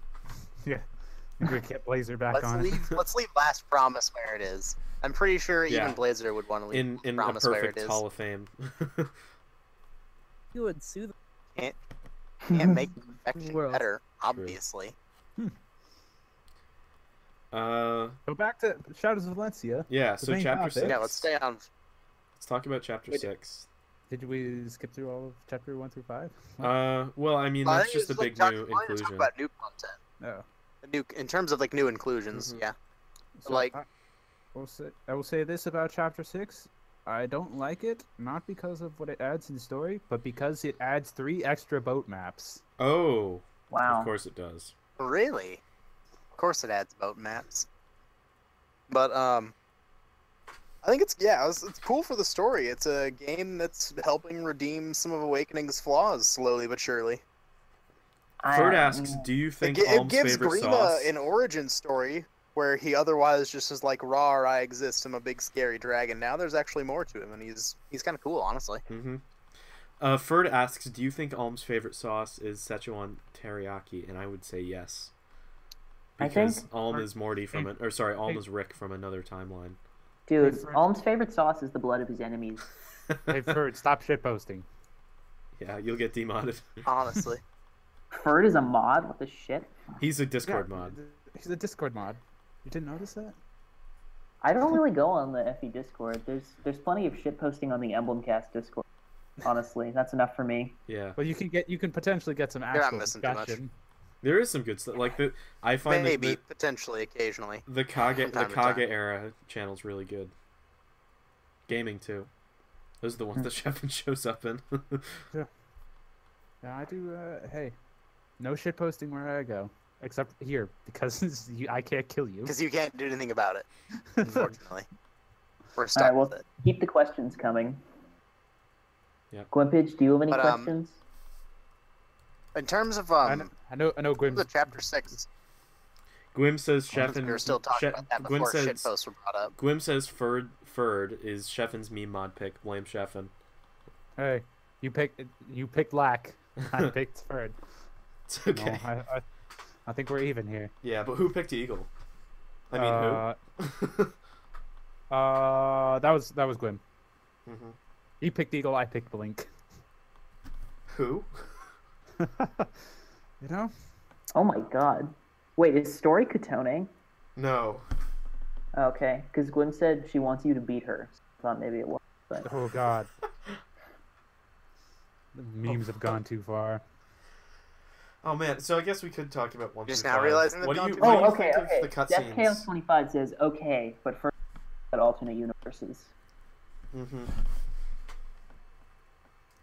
S4: yeah. We get Blazer back
S2: Let's
S4: on. it.
S2: leave let's leave Last Promise where it is. I'm pretty sure
S1: Yeah.
S2: even Blazer would want to leave
S1: In
S2: Last
S1: in a
S2: Promise where it
S1: perfect
S2: is.
S1: Hall of Fame.
S5: You would sue them.
S2: Can't make perfection
S5: World.
S2: better, obviously.
S1: uh,
S4: Go back to Shadows of Valencia.
S1: yeah.
S4: The
S1: So
S4: main
S1: chapter
S4: topic.
S1: six.
S2: Yeah, let's stay on.
S1: Let's talk about chapter
S4: Wait.
S1: six.
S4: Did we skip through all of chapter one through five?
S1: Uh, well, I mean
S2: I
S1: that's
S2: think
S1: just a
S2: it's,
S1: big
S2: like,
S1: new
S2: talk- why don't you
S1: inclusion.
S2: Talk about new content.
S4: No.
S2: The New, in terms of like new inclusions,
S1: Mhm.
S2: yeah.
S4: So
S2: Like-
S4: I, will say, I will say this about chapter six: I don't like it, not because of what it adds in story, but because it adds three extra boat maps.
S1: Oh,
S3: Wow.
S1: of course it does.
S2: Really? Of course it adds boat maps. But um I think it's yeah, it's, it's cool for the story. It's a game that's helping redeem some of Awakening's flaws slowly but surely.
S3: I-
S1: Ferd asks,
S3: mm,
S1: "Do you
S2: It,
S1: think
S2: gi- it
S1: Alm's
S2: gives
S1: favorite
S2: Grima
S1: sauce?"
S2: an origin story where he otherwise just is like, "Rar, I exist. I'm a big scary dragon." Now there's actually more to him, and he's he's kind of cool, honestly.
S1: Mm-hmm. Uh, Ferd asks, "Do you think Alm's favorite sauce is Szechuan teriyaki?" And I would say yes,
S3: I think-
S1: because Alm is Morty from an, or sorry, Alm is Rick from another timeline.
S3: Dude,
S4: Different-
S3: Alm's favorite sauce is the blood of his enemies.
S4: Hey, Ferd, stop shitposting.
S1: yeah, you'll get demodded.
S2: Honestly,
S3: Ferd is a mod? What the shit?
S1: He's a Discord mod.
S4: He's a Discord mod. You didn't notice that?
S3: I don't really go on the FE Discord. There's there's plenty of shit posting on the Emblemcast Discord. Honestly, that's enough for me.
S1: Yeah,
S4: Well, you can get, you can potentially get some
S2: not
S4: actual
S2: missing too much.
S4: discussion.
S1: there is some good stuff. Like the, I find that
S2: maybe
S1: the,
S2: potentially occasionally.
S1: the Kaga
S2: From
S1: the
S2: time to
S1: Kaga
S2: time.
S1: era channel's really good. Gaming too. Those are the
S3: Hmm.
S1: ones that Shepin shows up in.
S4: Yeah, I do. Uh, hey, no shitposting where I go, except here because you, I can't kill you.
S2: Because you can't do anything about it, unfortunately. We're stuck
S3: Alright, well,
S2: with it.
S3: keep the questions coming.
S1: Yeah.
S3: Glimpage, do you have any
S2: But, um,
S3: questions?
S2: In terms of
S4: I know,
S2: um,
S4: I know, I know Grim's
S2: the chapter six,
S1: Gwym says
S2: since
S1: Sheffin.
S2: we were still talking
S1: Shep-
S2: about that
S1: Gwym
S2: before
S1: says,
S2: shit posts were brought up.
S1: Gwym says Ferd Ferd is Sheffin's meme mod pick. Blame Sheffin.
S4: Hey, you picked you picked Lack. I picked Ferd.
S1: It's
S4: No,
S1: okay.
S4: I, I, I think we're even here.
S1: Yeah, but who picked Eagle? I mean,
S4: uh,
S1: who?
S4: uh, that was that was Glim.
S1: Mhm.
S4: He picked Eagle. I picked Blink.
S1: Who?
S4: you know,
S3: Oh my god. Wait, is Story Katone?
S1: No.
S3: Okay, because Gwyn said she wants you to beat her. So I thought maybe it was.
S4: oh god, the memes have gone too far.
S1: Oh man. So I guess we could talk about one.
S2: Just
S1: through
S2: now
S1: five.
S2: realizing they've
S1: What do
S2: gone
S1: you?
S2: too
S1: What
S2: far?
S1: do
S3: Oh,
S1: you
S3: okay,
S1: think
S3: okay.
S1: of the
S3: Death Chaos
S1: cutscenes?
S3: 25 says, okay, but first at alternate universes.
S1: Mm-hmm.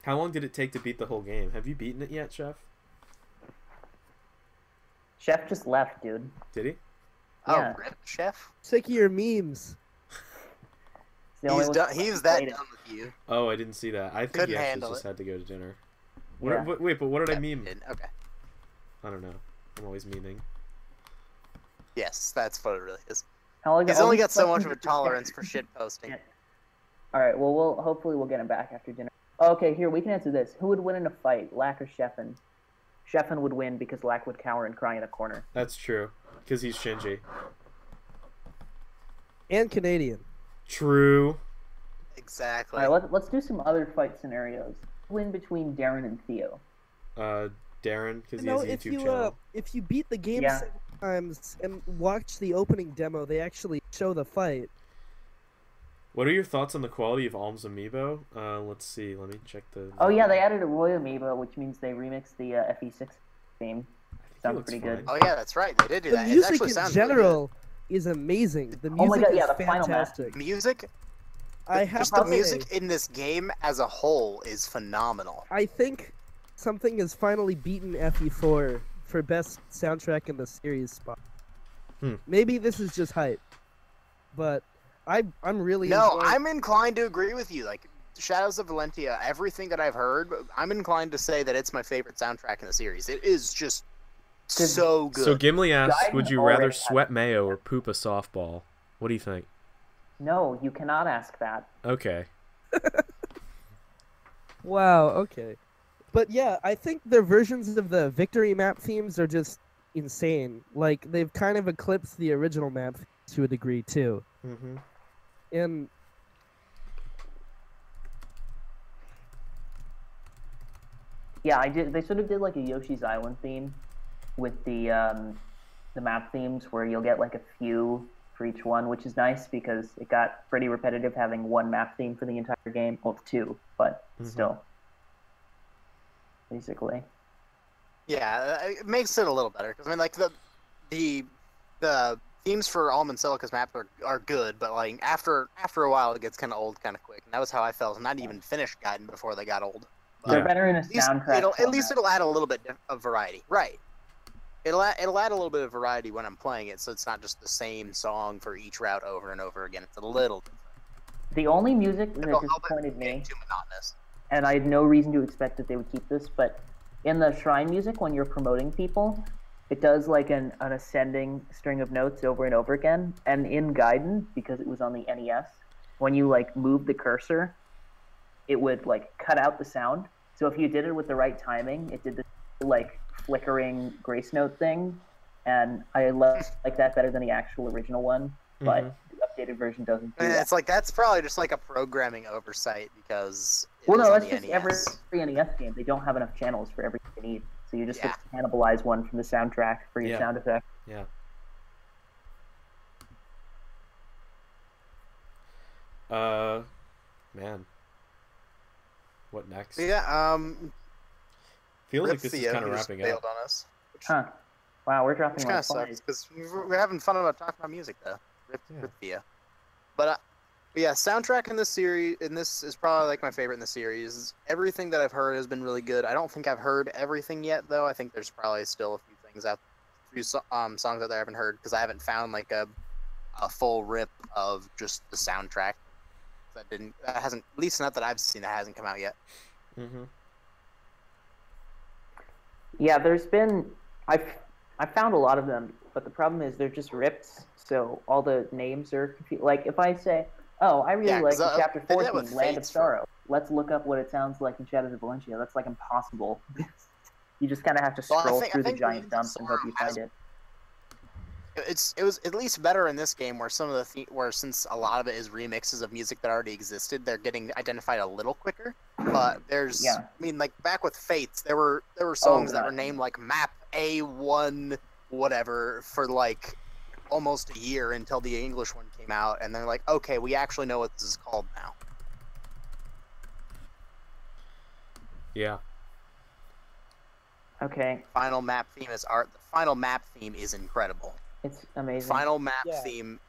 S1: How long did it take to beat the whole game? Have you beaten it yet, Chef?
S3: Chef just left, dude.
S1: Did he?
S2: Oh,
S3: Yeah.
S2: rip, chef.
S5: Sick of your memes.
S3: It's the only
S2: He's
S3: one
S2: done.
S3: that's
S2: He's
S3: fucking
S2: that
S3: played it.
S2: done with you.
S1: Oh, I didn't see that. I think
S2: Couldn't
S1: he actually
S2: handle
S1: just
S2: it.
S1: had to go to dinner. What,
S3: Yeah.
S1: what- wait, but what did
S2: Yeah,
S1: I meme?
S2: did. Okay.
S1: I don't know. I'm always memeing.
S2: Yes, that's what it really is.
S3: How long-
S2: He's
S3: all
S2: only
S3: these
S2: got so much
S3: questions
S2: of a
S3: are just-
S2: tolerance for shit posting.
S3: Yeah. All right. Well, we'll hopefully we'll get him back after dinner. Okay, here we can answer this. Who would win in a fight, Lack or Sheffin? Sheffin would win because Lack would cower and cry in a corner.
S1: That's true. Because he's Shinji.
S5: and Canadian.
S1: True.
S2: Exactly.
S3: All right, let's let's do some other fight scenarios. Who in between Darren and Theo?
S1: Uh, Darren, because he
S5: No,
S1: has a
S5: if
S1: YouTube
S5: you uh,
S1: channel.
S5: if you beat the game
S3: Yeah.
S5: seven times and watch the opening demo, they actually show the fight.
S1: What are your thoughts on the quality of Alm's amiibo? Uh, let's see. Let me check the.
S3: Oh yeah, they added a Roy Amoeba, which means they remixed the uh, FE6 theme.
S1: I think he
S3: sounds
S1: looks
S3: pretty good.
S1: fine.
S2: Oh yeah, that's right. They did do
S5: The
S2: that. it
S5: music
S2: actually
S5: in
S2: sounds really good.
S5: general is amazing. The
S3: Oh my
S5: music
S3: God, yeah,
S5: is
S3: the final map.
S5: fantastic.
S2: Music,
S5: I have
S2: just
S5: to
S2: the
S5: say,
S2: music in this game as a whole is phenomenal.
S5: I think something has finally beaten FE4 for best soundtrack in the series spot.
S1: Hmm.
S5: Maybe this is just hype, but I I'm really
S2: No,
S5: enjoying-
S2: I'm inclined to agree with you. Like Shadows of Valentia, everything that I've heard, I'm inclined to say that it's my favorite soundtrack in the series. It is just
S3: Good.
S2: so good.
S1: So Gimli asked,
S3: Gaiden
S1: "Would you
S3: already
S1: rather
S3: has-
S1: sweat mayo or poop a softball?" What do you think?
S3: No, you cannot ask that.
S1: Okay.
S5: Wow, okay. But yeah, I think their versions of the victory map themes are just insane. Like they've kind of eclipsed the original map to a degree too.
S1: Mm-hmm.
S5: And
S3: Yeah, I did. They sort of did like a Yoshi's Island theme with the um, the map themes, where you'll get like a few for each one, which is nice because it got pretty repetitive having one map theme for the entire game. Well, two, but
S1: Mhm.
S3: still, basically.
S2: Yeah, uh, it makes it a little better. 'Cause, I mean, like the the the themes for Alm and Silica's map are, are good, but like after after a while, it gets kind of old, kind of quick. And that was how I felt. And I didn't even finish Gaiden before they got old.
S3: They're
S1: Yeah.
S3: better in a
S2: At least
S3: soundtrack.
S2: it'll at least
S3: format.
S2: it'll add a little bit of variety, right? It'll add, it'll add a little bit of variety when I'm playing it, so it's not just the same song for each route over and over again. It's a little
S3: the only music that
S2: it'll help it
S3: disappointed me.
S2: get too monotonous.
S3: and I had no reason to expect that they would keep this, but in the shrine music, when you're promoting people, it does like an, an ascending string of notes over and over again. And in Gaiden, because it was on the NES, when you like move the cursor, it would like cut out the sound. So if you did it with the right timing, it did this like flickering grace note thing. And I love like that better than the actual original one, but
S1: Mhm.
S3: the updated version doesn't do
S2: And
S3: that.
S2: it's like that's probably just like a programming oversight because it
S3: Well,
S2: is
S3: no,
S2: on
S3: that's
S2: the E
S3: just
S2: NES.
S3: every, every NES game. They don't have enough channels for everything you need, so you just
S2: Yeah.
S3: have to cannibalize one from the soundtrack for your
S1: Yeah.
S3: sound effect.
S1: Yeah. Uh, man. What next?
S2: Yeah, um,
S1: Feels like
S2: Rip
S1: this is
S2: Theo,
S1: kind of
S2: who just
S1: wrapping
S2: bailed
S1: up.
S2: on us,
S3: Huh? Wow, we're dropping
S2: which
S3: like
S2: kind of
S3: flies.
S2: sucks because we're having fun about talking about music though. Rip,
S1: Yeah.
S2: rip Theo. But uh, but yeah, soundtrack in this series, in this is probably like my favorite in the series. Everything that I've heard has been really good. I don't think I've heard everything yet though. I think there's probably still a few things out, a few so- um songs out there I haven't heard because I haven't found like a a full rip of just the soundtrack. That didn't that hasn't at least not that I've seen that hasn't come out yet.
S1: Mm-hmm.
S3: Yeah, there's been I I found a lot of them, but the problem is they're just rips, so all the names are confu- like if I say, oh, I really
S2: Yeah,
S3: like
S2: 'cause, uh,
S3: chapter
S2: they did that
S3: fourteen,
S2: with
S3: Land of
S2: Fates for-
S3: Sorrow. Let's look up what it sounds like in Shadows of Valencia. That's like impossible. you just kind of have to
S2: Well, I
S3: scroll
S2: think- I
S3: through the
S2: think Land
S3: giant
S2: of
S3: dumps and hope
S2: Sorrow
S3: you
S2: has
S3: find it.
S2: it's it was at least better in this game where some of the the- where since a lot of it is remixes of music that already existed they're getting identified a little quicker but there's
S3: Yeah. Oh,
S2: i mean like back with fates there were there were songs that
S3: God.
S2: were named like map a1 whatever for like almost a year until the english one came out and they're like okay we actually know what this is called now
S1: Yeah.
S3: Okay,
S2: final map theme is art the final map theme is incredible
S3: it's amazing.
S2: final map
S5: Yeah.
S2: theme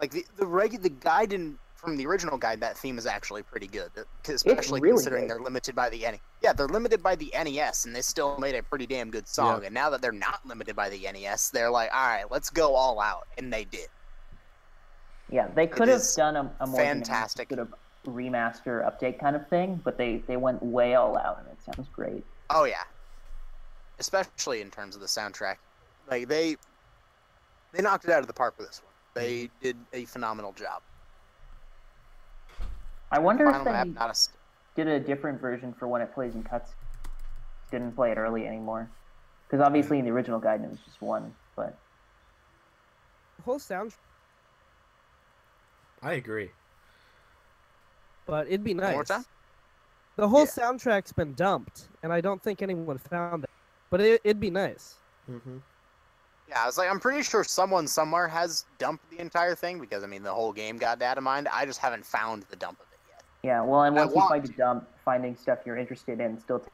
S2: like the the regu- the guide in from the original guide that theme is actually pretty good uh, especially
S3: really
S2: considering
S3: good.
S2: they're limited by the NES. yeah they're limited by the nes and they still made a pretty damn good song and now that they're not limited by the nes they're like all right let's go all out and they did
S3: Yeah, they could have
S2: is
S3: done a, a more generic
S2: fantastic.
S3: sort of remaster update kind of thing, but they they went way all out, and it sounds great.
S2: oh yeah especially in terms of the soundtrack like they they knocked it out of the park with this one they did a phenomenal job
S3: I I wonder if
S2: Final
S3: they
S2: map, not a. st-
S3: did a different version for when it plays in cuts. Didn't play it early anymore, because obviously in the original guide it was just one. But
S5: The whole sound,
S1: I agree.
S5: but it'd be nice.
S2: more time?
S5: The whole
S2: Yeah.
S5: soundtrack's been dumped, and I don't think anyone found it. But it, it'd be nice.
S1: Mm-hmm.
S2: Yeah, I was like, I'm pretty sure someone somewhere has dumped the entire thing because I mean the whole game got data mined. I just haven't found the dump of it yet.
S3: yeah, well, and
S2: I
S3: once you
S2: want
S3: find a
S2: to.
S3: dump, finding stuff you're interested in still takes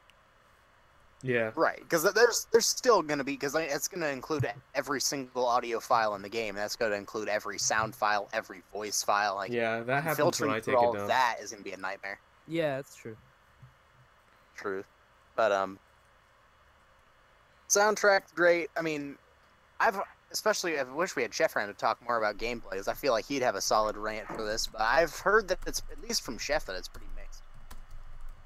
S1: Yeah.
S2: Right, because there's there's still gonna be because it's gonna include every single audio file in the game. That's gonna include every sound file, every voice file. Like
S1: yeah, that happens when
S2: filtering
S1: I
S2: through
S1: take it
S2: all of
S1: down.
S2: that is gonna be a nightmare.
S5: Yeah, it's true.
S2: Truth, but um, soundtrack great. I mean, I've especially I wish we had Chef Rand to talk more about gameplay because I feel like he'd have a solid rant for this. But I've heard that it's at least from Chef that it's pretty mixed.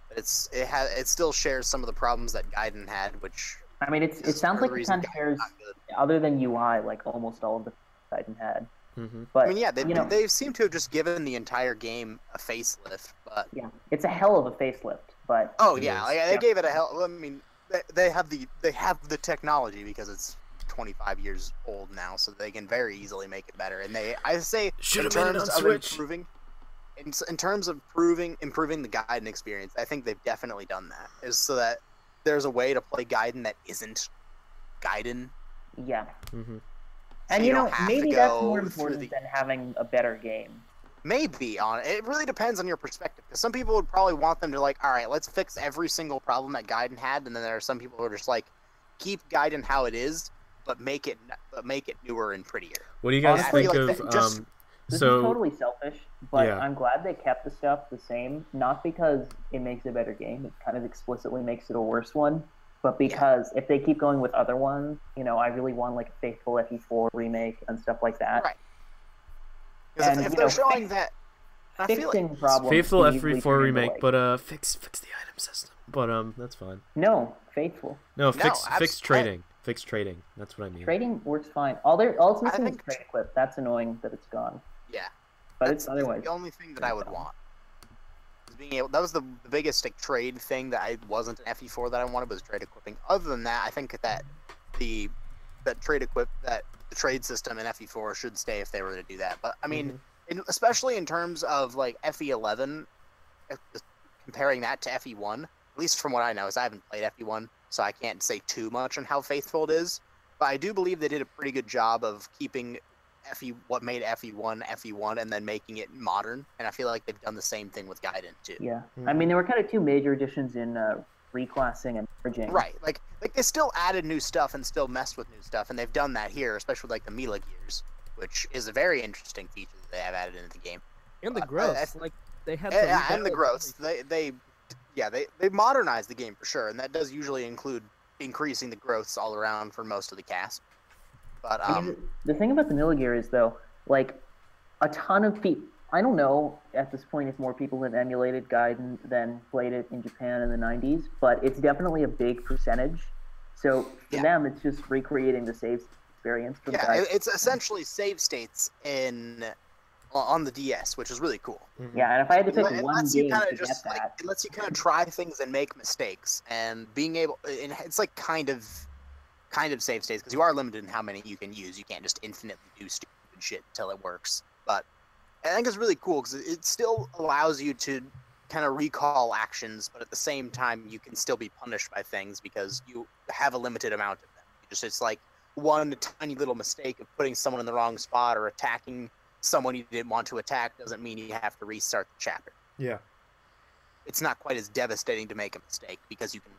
S2: But it's it has it still shares some of the problems that Gaiden had, which
S3: I mean, it's, it
S2: It's
S3: sounds
S2: for
S3: like
S2: the
S3: it
S2: reason
S3: kind of
S2: Gaiden's
S3: shares,
S2: not good.
S3: other than UI, like almost all of the Titan had.
S1: Mm-hmm.
S3: But
S2: I mean, yeah, they,
S3: you know-
S2: they seem to have just given the entire game a facelift, but
S3: yeah, it's a hell of a facelift. But
S2: oh
S1: It
S2: yeah,
S1: is.
S2: like, they
S3: Yeah.
S2: gave it a hell. I mean, they, they have the they have the technology because it's 25 years old now, so they can very easily make it better. And they, I say,
S1: Should
S2: in
S1: have made it
S2: terms
S1: on
S2: of
S1: Switch.
S2: improving, in, s- in terms of proving improving the Gaiden experience, I think they've definitely done that. Is so that there's a way to play Gaiden that isn't Gaiden.
S3: yeah,
S1: Mm-hmm.
S3: and
S2: You
S3: you
S2: don't
S3: know
S2: have to
S3: maybe that's
S2: go
S3: more
S2: through
S3: important
S2: the-
S3: than having a better game.
S2: Maybe on it really depends on your perspective. 'Cause some people would probably want them to like, all right, let's fix every single problem that Gaiden had, and then there are some people who are just like, keep Gaiden how it is, but make it but make it newer and prettier.
S1: What do you guys
S2: Honestly,
S1: think
S2: like,
S1: of?
S2: that- just-
S1: um,
S3: This
S1: so
S3: is totally selfish, but
S1: Yeah.
S3: I'm glad they kept the stuff the same. Not because it makes a better game; it kind of explicitly makes it a worse one. But because if they keep going with other ones, you know, I really want like a faithful FE4 remake and stuff like that.
S2: Right. 'Cause
S3: Uh, And,
S2: if, if
S3: you
S2: they're
S3: know,
S2: showing
S3: fix-
S2: that, I feel
S3: Fixing
S2: like
S3: problems.
S1: faithful
S3: can easily
S1: F4
S3: turn into,
S1: remake,
S3: like-
S1: but uh, fix fix the item system. But um, that's fine.
S3: no, faithful.
S1: No, fix
S2: abs-
S1: fix
S2: I-
S1: trading. Fix traditing. That's what I mean.
S3: Trading works fine. All there, all it's missing
S2: think-
S3: is trade equip. That's annoying that it's gone,
S2: yeah,
S3: but
S2: that's
S3: it's otherwise.
S2: the only thing that I would want. Is being able that was the the biggest like trade thing that I wasn't an FE4 that I wanted was trade equipping. Other than that, I think that the that trade equip that the trade system in FE4 should stay if they were to do that. But I mean,
S3: Mm-hmm.
S2: in, especially in terms of like E FE11, if- comparing that to FE1, at least from what I know, is I haven't played FE1, so I can't say too much on how faithful it is. But I do believe they did a pretty good job of keeping FE what made E FE1 FE1 and then making it modern. And I feel like they've done the same thing with Gaiden too.
S3: Yeah,
S1: Mhm.
S3: I
S2: Mm.
S3: mean, there were kind of two major additions in uh, reclassing and merging.
S2: Right, like like they still added new stuff and still messed with new stuff, and they've done that here, especially with like the Mila Gears, which is a very interesting feature that they have added into the game.
S5: And the
S2: Uh, I-
S5: growth,
S2: I-
S5: like they had. to
S2: and, yeah, and the
S5: rebalance
S2: growth. They they yeah, they they modernized the game for sure, and that does usually include increasing the growths all around for most of the cast. But
S3: I
S2: um
S3: mean, the thing about the Milligear is though, like a ton of people. I don't know at this point if more people have emulated Gaiden than played it in Japan in the '90s, but it's definitely a big percentage. So for
S2: Yeah.
S3: them, it's just recreating the save experience for the
S2: yeah,
S3: guys.
S2: it- it's essentially save states in on the DS, which is really cool.
S1: Mhm.
S3: yeah, and if I had to
S2: It
S3: pick
S2: le- it
S3: one
S2: lets you
S3: game
S2: kind
S3: to
S2: of just
S3: get
S2: like
S3: that,
S2: it lets you kind of try things and make mistakes, and being able and it's like kind of kind of save states because you are limited in how many you can use. You can't just infinitely do stupid shit until it works. But I think it's really cool because it still allows you to kind of recall actions, but at the same time you can still be punished by things because you have a limited amount of them. You just it's like one tiny little mistake of putting someone in the wrong spot or attacking someone you didn't want to attack doesn't mean you have to restart the chapter
S1: Yeah.
S2: it's not quite as devastating to make a mistake because you can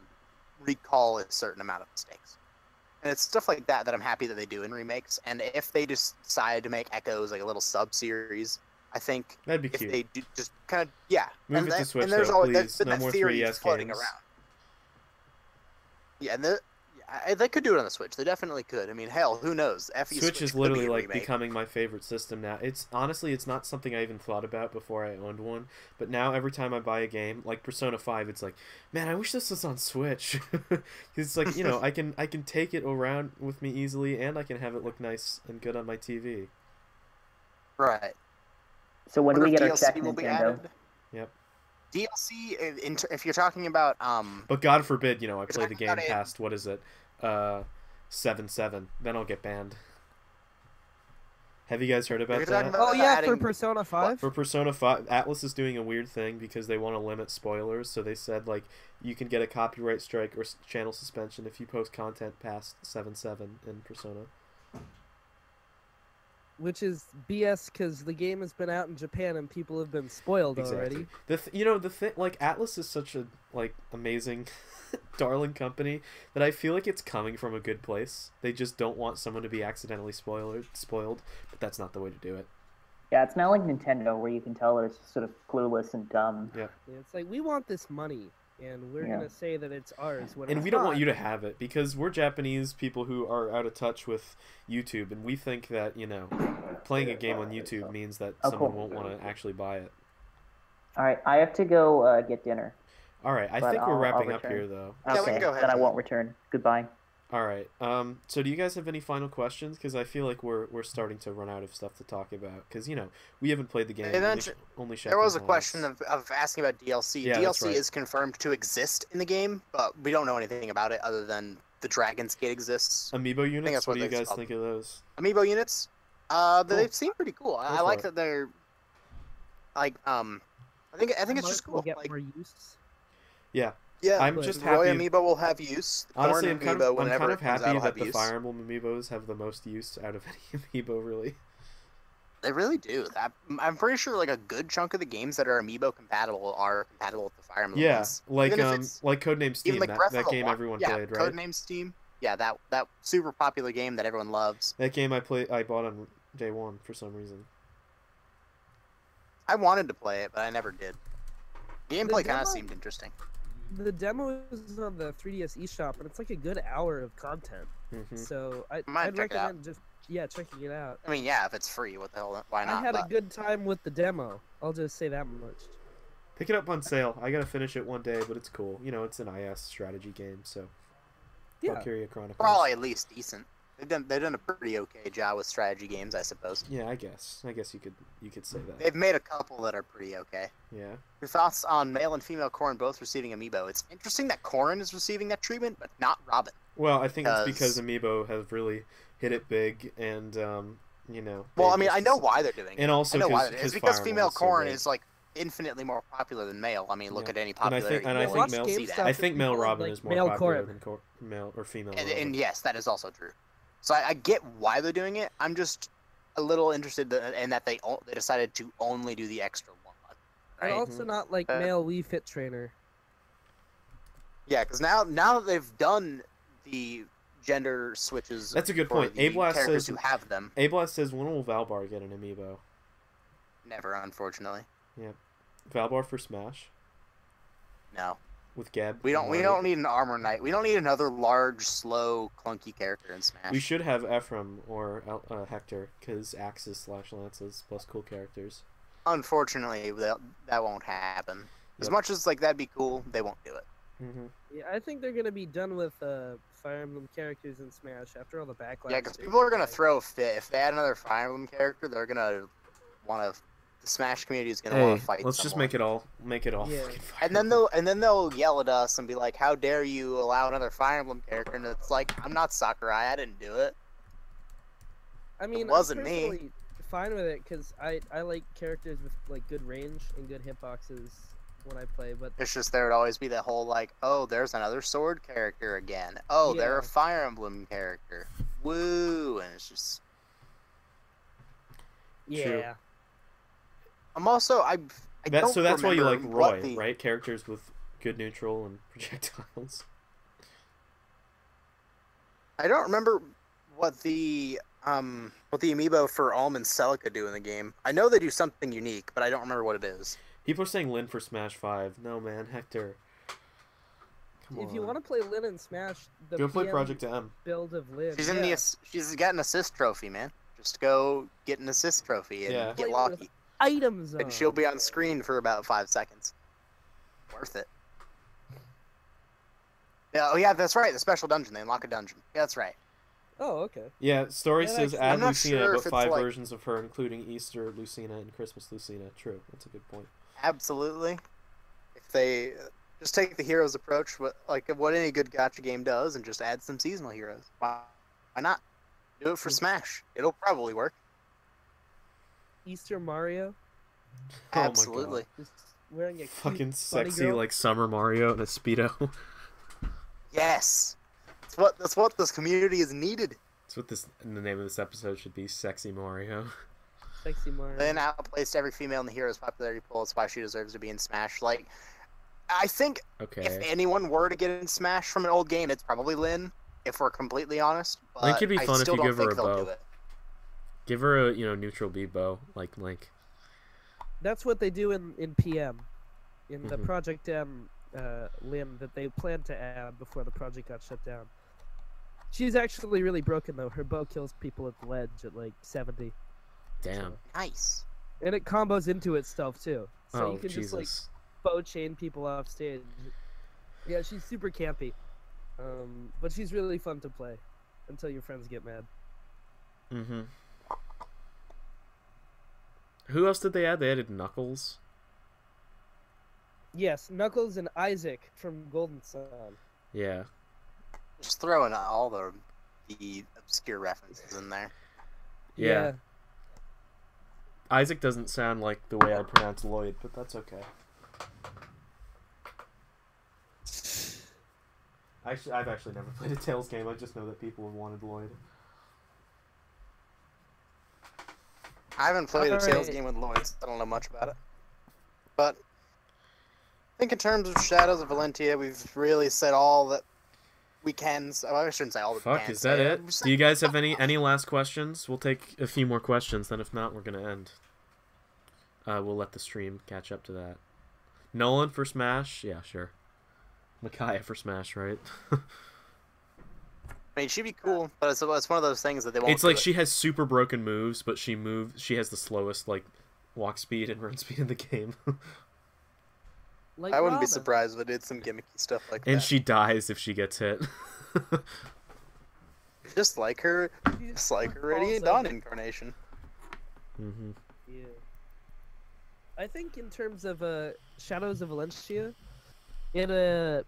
S2: recall a certain amount of mistakes. And it's stuff like that that I'm happy that they do in remakes. And if they just decide to make Echoes like a little sub series, I think
S1: That'd be
S2: if
S1: cute.
S2: they do, just kind of yeah,
S1: Move
S2: and,
S1: it
S2: that-
S1: to Switch,
S2: and there's
S1: though,
S2: always
S1: please.
S2: there's been
S1: No
S2: that
S1: more
S2: theory
S1: 3DS
S2: that's floating
S1: games.
S2: around. Yeah, and the, yeah, I- they could do it on the Switch. They definitely could. I mean, hell, who knows? FE
S1: Switch, is
S2: could be
S1: literally
S2: a
S1: like
S2: remake.
S1: becoming my favorite system now. It's honestly, it's not something I even thought about before I owned one. But now every time I buy a game, like Persona Five, it's like, man, I wish this was on Switch. 'Cause it's like you know, I can I can take it around with me easily, and I can have it look nice and good on my TV.
S2: right.
S3: so when do
S2: Wonder
S3: we
S2: if
S3: get our
S2: DLC
S3: second
S2: will be
S3: Nintendo?
S2: added?
S1: Yep.
S2: DLC, in- in, if you're talking about um,
S1: But God forbid, you know, I play the
S2: talking
S1: game
S2: about it-
S1: past what is it, uh, seven seven. Then I'll get banned. Have you guys heard about
S2: you're
S1: that?
S2: talking about
S5: Oh yeah, for
S2: adding-
S5: Persona Five.
S1: For Persona 5, Atlas is doing a weird thing because they want to limit spoilers. So they said, like, you can get a copyright strike or s- channel suspension if you post content past 7 7 in Persona.
S5: which is BS because the game has been out in Japan and people have been spoiled already.
S1: The th- you know, the thing, like, Atlas is such a, like, amazing, darling company that I feel like it's coming from a good place. They just don't want someone to be accidentally spoiled, spoiled but that's not the way to do it.
S3: Yeah, it's not like Nintendo where you can tell that it's sort of clueless and dumb.
S5: It's like we want this money and we're
S3: Yeah.
S5: gonna say that it's ours. When
S1: and
S5: it's
S1: we don't want
S5: not.
S1: you to have it because we're Japanese people who are out of touch with YouTube, and we think that you know playing a game on YouTube means that
S3: Oh,
S1: someone
S3: cool.
S1: won't want to actually buy it.
S3: All right, I have to go uh, get dinner.
S1: All right, I
S3: But
S1: think we're
S3: I'll- I'll
S1: wrapping up
S3: return.
S1: here though.
S2: Yeah, we can go ahead
S3: Then I
S2: and-
S3: won't return. Goodbye.
S1: All right. Um. So, do you guys have any final questions? Because I feel like we're we're starting to run out of stuff to talk about. Because you know we haven't played the game. Only,
S2: mentioned-
S1: only Shaq
S2: There was a
S1: and Lance.
S2: question of, of asking about DLC.
S1: Yeah, that's
S2: DLC
S1: right.
S2: is confirmed to exist in the game, but we don't know anything about it other than the Dragon's Gate exists.
S1: amiibo units.
S2: that's
S1: What
S2: what
S1: do you
S2: they
S1: guys
S2: call
S1: think of those?
S2: Amiibo units, uh,
S1: Cool.
S2: they seem pretty cool. I,
S1: Go
S2: I
S1: for
S2: like
S1: it.
S2: that they're like um, I think I think it's
S5: Might
S2: just
S5: will
S2: cool.
S5: Get
S2: Like,
S5: more use.
S2: yeah,
S1: I'm
S5: but-
S1: just
S2: Roy
S1: happy.
S2: Amiibo will have use.
S1: Honestly, I'm kind
S2: Thorn Amiibo,
S1: of, I'm
S2: whenever
S1: kind
S2: it
S1: of
S2: comes out,
S1: happy
S2: will have
S1: that the
S2: use.
S1: Fire Emblem amiibos have the most use out of any amiibo, really.
S2: They really do. That I'm pretty sure like a good chunk of the games that are Amiibo compatible are compatible with the Fire Emblem.
S1: Yeah,
S2: ones.
S1: like
S2: Even if
S1: um,
S2: it's-
S1: like Codename Steam,
S2: Even like
S1: that,
S2: Breath
S1: that
S2: of the
S1: game
S2: Wild-
S1: everyone
S2: yeah,
S1: played, right?
S2: Codename Steam. Yeah, that that super popular game that everyone loves.
S1: That game I play, I bought on day one for some reason.
S2: I wanted to play it, but I never did. Gameplay kind
S5: demo-
S2: of seemed interesting.
S5: The demo is on the 3DS eShop and it's like a good hour of content.
S1: Mhm.
S5: So I,
S2: Might
S5: I'd
S2: check it out.
S5: recommend just yeah checking it out.
S2: I mean, yeah, if it's free, what the hell? Why not?
S5: I had a
S2: But
S5: good time with the demo. I'll just say that much.
S1: Pick it up on sale. I gotta finish it one day, but it's cool. You know, it's an IS strategy game, so
S5: Yeah.
S1: Valkyria Chronicles.
S2: probably at least decent. They've done they've done a pretty okay job with strategy games, I suppose.
S1: Yeah, I guess. I guess you could you could say that.
S2: They've made a couple that are pretty okay.
S1: Yeah.
S2: Your thoughts on male and female Corrin both receiving amiibo? It's interesting that Corrin is receiving that treatment, but not Robin.
S1: Well, I think it's because
S2: Because-
S1: amiibo have really hit it big, and um, you know.
S2: Well,
S1: they
S2: I mean, I
S1: just-
S2: know why they're doing it.
S1: And also,
S2: I know why
S1: 'cause-
S2: they're doing it. It's
S1: 'cause
S2: because
S1: Fire
S2: female
S1: Emblem's so
S2: Corrin
S1: big.
S2: is like infinitely more popular than male. I mean, look
S1: Yeah.
S2: at any
S1: And I
S2: popularity.
S1: think and I
S2: poll.
S5: Watch
S1: think male
S5: game stuff
S1: I
S5: and
S1: think male
S5: people,
S1: Robin
S5: like,
S1: is more
S5: male
S1: popular
S5: Corrin.
S1: than cor- male or female.
S2: And,
S1: Robin.
S2: and yes, that is also true. So I, I get why they're doing it. I'm just a little interested that, in that they o- they decided to only do the extra one.
S5: And
S2: Right?
S1: Mm-hmm.
S5: also not like
S2: Uh,
S5: male Wii Fit Trainer.
S2: Yeah, because now now that they've done the gender switches.
S1: That's a good
S2: for
S1: point.
S2: the
S1: Ablast says-
S2: characters who have them
S1: Ablast says, when will Valbar get an amiibo?
S2: never, unfortunately.
S1: Valbar for Smash
S2: No,
S1: with Gab.
S2: we don't.
S1: and
S2: We
S1: Marty.
S2: don't need an armor knight. We don't need another large, slow, clunky character in Smash.
S1: We should have Ephraim or El- uh, Hector because axes slash lances plus cool characters.
S2: Unfortunately, that, that won't happen. As
S1: Yep.
S2: much as like that'd be cool, they won't do it.
S1: Mm-hmm.
S5: Yeah, I think they're gonna be done with uh, Fire Emblem characters in Smash after all the backlash.
S2: Yeah, because
S5: they-
S2: people are gonna
S5: like,
S2: throw a fit if they add another Fire Emblem character. They're gonna want to. The Smash community is gonna want to fight.
S1: let's just make it all make it all.
S5: Yeah.
S1: fucking fire.
S2: And then they'll and then they'll yell at us and be like, "How dare you allow another Fire Emblem character?" And it's like, "I'm not Sakurai. I didn't do it."
S5: I mean,
S2: wasn't
S5: I'm
S2: me.
S5: personally Fine with it because I I like characters with like good range and good hitboxes when I play, but
S2: It's just there would always be that whole like, "Oh, there's another sword character again. Oh, they're a
S5: Yeah.
S2: Fire Emblem character. Woo!" And it's just
S5: yeah,
S2: I'm also I. I
S1: That-
S2: don't
S1: so that's why you like
S2: remember what
S1: Roy,
S2: the-
S1: right? Characters with good neutral and projectiles.
S2: I don't remember what the um what the amiibo for Alm and Celica do in the game. I know they do something unique, but I don't remember what it is.
S1: People are saying Lin for Smash Five. No man, Hector. Come
S5: If you
S1: on.
S5: want to play Lin and Smash, the
S1: go play
S5: PM
S1: Project M.
S5: build of Lin.
S2: She's in
S5: yeah.
S2: the ass- she's got an assist trophy, man. Just go get an assist trophy and
S1: Yeah.
S2: get
S5: Play
S2: lucky,
S5: with items.
S2: and she'll be on screen for about five seconds. Worth it. Yeah, oh yeah, that's right. The special dungeon. They unlock a dungeon. Yeah, that's right.
S5: Oh, okay.
S1: Yeah, story
S5: Yeah,
S1: says
S5: that's-
S1: add
S2: I'm not
S1: Lucina,
S2: sure
S1: but
S2: if it's
S1: five
S2: like-
S1: versions of her, including Easter Lucina and Christmas Lucina. True, that's a good point.
S2: absolutely. If they just take the heroes approach, what like what any good gotcha game does, and just add some seasonal heroes. Why, why not? Do
S1: Mm.
S2: it for Smash. It'll probably work.
S1: Oh
S5: Easter Mario
S1: my God.
S2: absolutely.
S5: just wearing a cute
S1: Fucking
S5: bunny
S1: sexy
S5: girl.
S1: like summer Mario in a speedo.
S2: Yes. That's what that's what this community is needed.
S1: That's what this the name of this episode should be: Sexy Mario.
S5: sexy
S1: Mm.
S5: Mario.
S2: Lynn outplaced every female in the heroes popularity poll. That's why she deserves to be in Smash. Like, I think if
S1: Okay.
S2: anyone were to get in Smash from an old game, it's probably Lynn. If we're completely honest, but
S1: Lynn could be
S2: I
S1: fun if
S2: still
S1: you
S2: don't
S1: give her
S2: think
S1: a
S2: they'll
S1: bow.
S2: do it.
S1: Give her a you know neutral B bow like Link.
S5: That's what they do in in PM, in the
S1: Mhm.
S5: Project M uh, limb that they planned to add before the project got shut down. She's actually really broken though. Her bow kills people at the ledge at like seventy,
S1: Damn.
S2: Nice.
S5: and it combos into itself too. So
S1: oh
S5: you can
S1: Jesus.
S5: just like bow chain people off stage. Yeah, she's super campy, um, but she's really fun to play until your friends get mad.
S1: Mm-hmm. Who else did they add? They added Knuckles.
S5: Yes, Knuckles and Isaac from Golden Sun.
S1: Yeah.
S2: Just throwing all the the obscure references in there.
S1: Yeah. Isaac doesn't sound like the way I pronounce Lloyd, but that's okay. Actually, I've actually never played a Tails game. I just know that people have wanted Lloyd.
S2: I haven't played a Tails
S5: Alright.
S2: game with Lloyd, so I don't know much about it. But I think in terms of Shadows of Valentia, we've really said all that we can. s- I shouldn't say all that. we
S1: Fuck,
S2: can
S1: is
S2: say.
S1: that it?
S2: We've said-
S1: Do you guys have any any last questions? We'll take a few more questions. Then, if not, we're gonna end. Uh, we'll let the stream catch up to that. Nolan for Smash, yeah, sure. Micaiah for Smash, right?
S2: I mean, she'd be cool, but it's, it's one of those things that they won't.
S1: it's like
S2: do it.
S1: she has super broken moves, but she moves. She has the slowest like walk speed and run speed in the game,
S5: Like
S2: I wouldn't be
S5: Robin.
S2: surprised if it did some gimmicky stuff like
S1: and
S2: that.
S1: she dies if she gets hit.
S2: just like her,
S5: She just
S2: just like her Radiant
S5: falls
S2: Dawn
S5: over.
S2: incarnation.
S1: hmm
S5: Yeah. I think in terms of uh, Shadows of Valencia, it uh,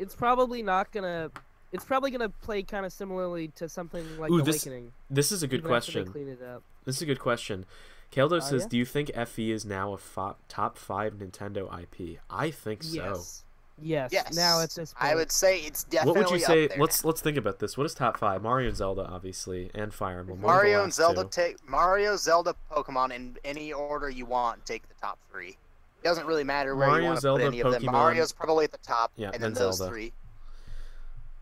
S5: it's probably not gonna. It's probably gonna play kind of similarly to something like
S1: Ooh, this-
S5: Awakening.
S1: This is a good
S5: even after they
S1: question.
S5: Clean it up.
S1: This is a good question. Kaldo
S5: Uh,
S1: says,
S5: yeah.
S1: "Do you think FE is now a fo- top five Nintendo IP?" I think so.
S5: Yes. Yes.
S2: Yes.
S5: Now at this point,
S2: I would say it's
S1: what
S2: definitely.
S1: would you
S2: up
S1: say?
S2: there.
S1: Let's let's think about this. What is top five? Mario and Zelda, obviously, and Fire Emblem. What are the
S2: Mario and
S1: last
S2: Zelda
S1: two?
S2: take Mario, Zelda, Pokemon in any order you want. Take the top three. It doesn't really matter where
S1: Mario,
S2: you want to
S1: Zelda,
S2: put any of them.
S1: Pokemon.
S2: Mario's probably at the top,
S1: Yeah,
S2: and then,
S1: then
S2: those
S1: Zelda.
S2: three.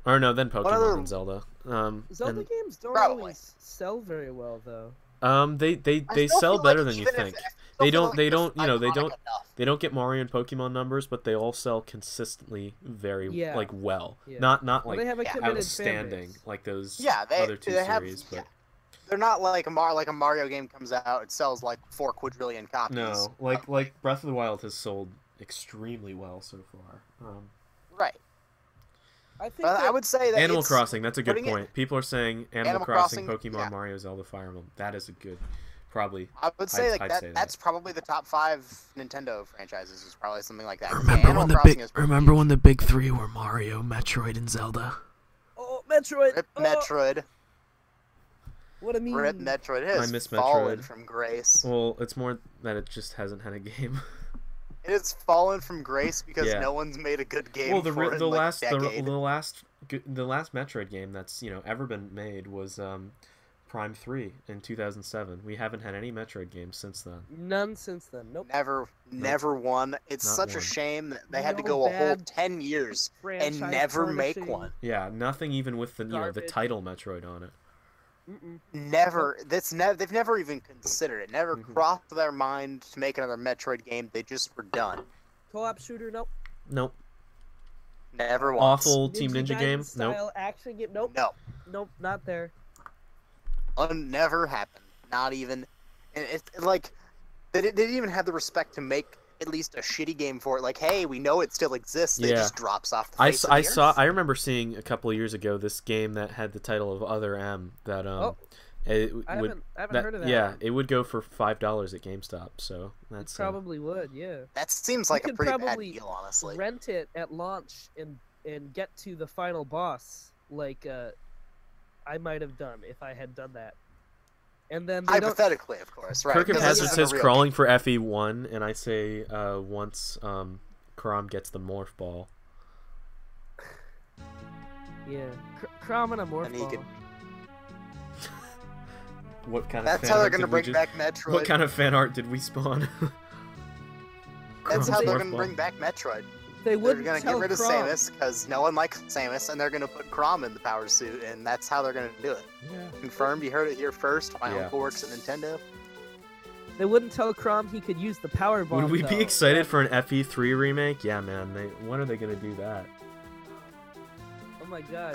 S1: Or no, then Pokemon
S2: other-
S1: and Zelda. Um,
S5: Zelda
S1: and-
S5: games don't
S2: Probably.
S5: always sell very well though.
S1: um, they they
S2: I
S1: they
S2: still
S1: sell
S2: feel like
S1: better than you
S2: even if-
S1: think.
S2: I still
S1: They
S2: feel
S1: don't-
S2: like
S1: they
S2: it's
S1: don't- you know, they
S2: iconic
S1: don't-
S2: enough.
S1: They don't get Mario and Pokemon numbers, but they all sell consistently very
S5: Yeah.
S1: like well.
S5: Yeah.
S1: Not not
S5: Well,
S1: like
S5: they have a
S2: yeah.
S5: committed fan
S1: outstanding
S5: base.
S1: like those
S2: Yeah, they-
S1: other two
S2: they have-
S1: series,
S2: yeah.
S1: but
S2: They're not like a Mar like a Mario game comes out, it sells like four quadrillion copies.
S1: no, like like Breath of the Wild has sold extremely well so far. Um,
S2: Right.
S5: I think
S2: But I
S5: that-
S2: would say that
S1: Animal
S2: it's-
S1: Crossing, that's a good
S2: putting it-
S1: point. People are saying Animal,
S2: Animal
S1: Crossing,
S2: Crossing,
S1: Pokemon,
S2: yeah.
S1: Mario, Zelda, Fire Emblem. That is a good, probably.
S2: I would say
S1: I'd-
S2: like
S1: I'd
S2: that,
S1: say that.
S2: That's probably the top five Nintendo franchises is probably something like that. Yeah,
S6: Remember
S2: Animal
S6: when the
S2: Crossing
S6: big
S2: is pretty
S6: remember
S2: huge.
S6: when the big three were Mario, Metroid, and Zelda?
S5: Oh, Metroid.
S2: Rip
S5: oh,
S2: Metroid.
S5: What a meme.
S2: Rip Metroid it has
S1: I miss
S2: fallen
S1: Metroid.
S2: from grace.
S1: Well, it's more that it just hasn't had a game.
S2: It has fallen from grace because
S1: Yeah.
S2: no one's made a good game.
S1: well, the
S2: for
S1: ri-
S2: it
S1: the
S2: in, like,
S1: last
S2: a
S1: the,
S2: decade.
S1: the last g- the last Metroid game that's you know ever been made was um, Prime Three in 2007. We haven't had any Metroid games since then.
S5: None since then. Nope.
S2: never never won. It's
S1: Not
S2: such
S1: one.
S2: a shame that they had to
S5: No
S2: go a whole
S5: bad
S2: ten years and
S5: Franchise
S2: never make
S5: tarnishing.
S2: one.
S1: Yeah, nothing even with the you know the
S5: Garbage.
S1: title Metroid on it.
S5: Mm-mm.
S2: Never. That's never. They've never even considered it. Never
S1: Mhm.
S2: crossed their mind to make another Metroid game. They just were done.
S5: Co-op shooter. Nope.
S1: Nope.
S2: Never once.
S1: Awful Team Ninja
S5: Gaiden
S1: game. Nope.
S5: Style action game. Nope.
S2: No.
S5: Nope. Not there.
S2: Un- never happened. Not even. And it's like they, di- they didn't even have the respect to make at least a shitty game for it. Like, hey, we know it still exists. It
S1: Yeah.
S2: just drops off the
S1: I,
S2: face
S1: s-
S2: of the
S1: I saw
S2: earth.
S1: I remember seeing a couple of years ago this game that had the title of Other M that um
S5: Oh.
S1: It w-
S5: I
S1: would,
S5: haven't, I haven't
S1: that-
S5: heard of that.
S1: Yeah,
S5: one.
S1: it would go for five dollars at GameStop. So
S5: it
S1: that's uh,
S5: probably would. Yeah,
S2: That seems like a
S5: could
S2: pretty
S5: probably
S2: bad deal, honestly.
S5: rent it at launch and and get to the final boss like uh, I might have done if I had done that. And then they don't.
S2: Hypothetically, of course, right?
S1: Kirkham
S2: because
S1: has it
S2: this isn't a
S1: says
S2: real-
S1: crawling for Fe one, and I say uh, once um, Karam gets the morph ball.
S5: Yeah, Cr- Crom and a morph
S2: And he could-
S5: ball.
S1: What kind
S2: That's
S1: of fan
S2: how they're
S1: art
S2: going to
S1: did we
S2: bring
S1: just-
S2: back Metroid.
S1: What kind of fan art did we spawn? Krom's
S2: That's how they're
S1: morph
S2: going to
S1: ball.
S2: bring back Metroid.
S5: They
S2: They're
S5: wouldn't
S2: going to
S5: tell
S2: get rid of
S5: Crom.
S2: Samus because no one likes Samus, and they're going to put Crom in the power suit, and that's how they're going to do it.
S1: Yeah.
S2: Confirmed. You heard it here first. My
S1: Yeah.
S2: uncle works at Nintendo.
S5: They wouldn't tell Crom he could use the power bomb.
S1: Would we
S5: though.
S1: be excited for an FE3 remake? Yeah, man. They, when are they gonna do that?
S5: Oh my god.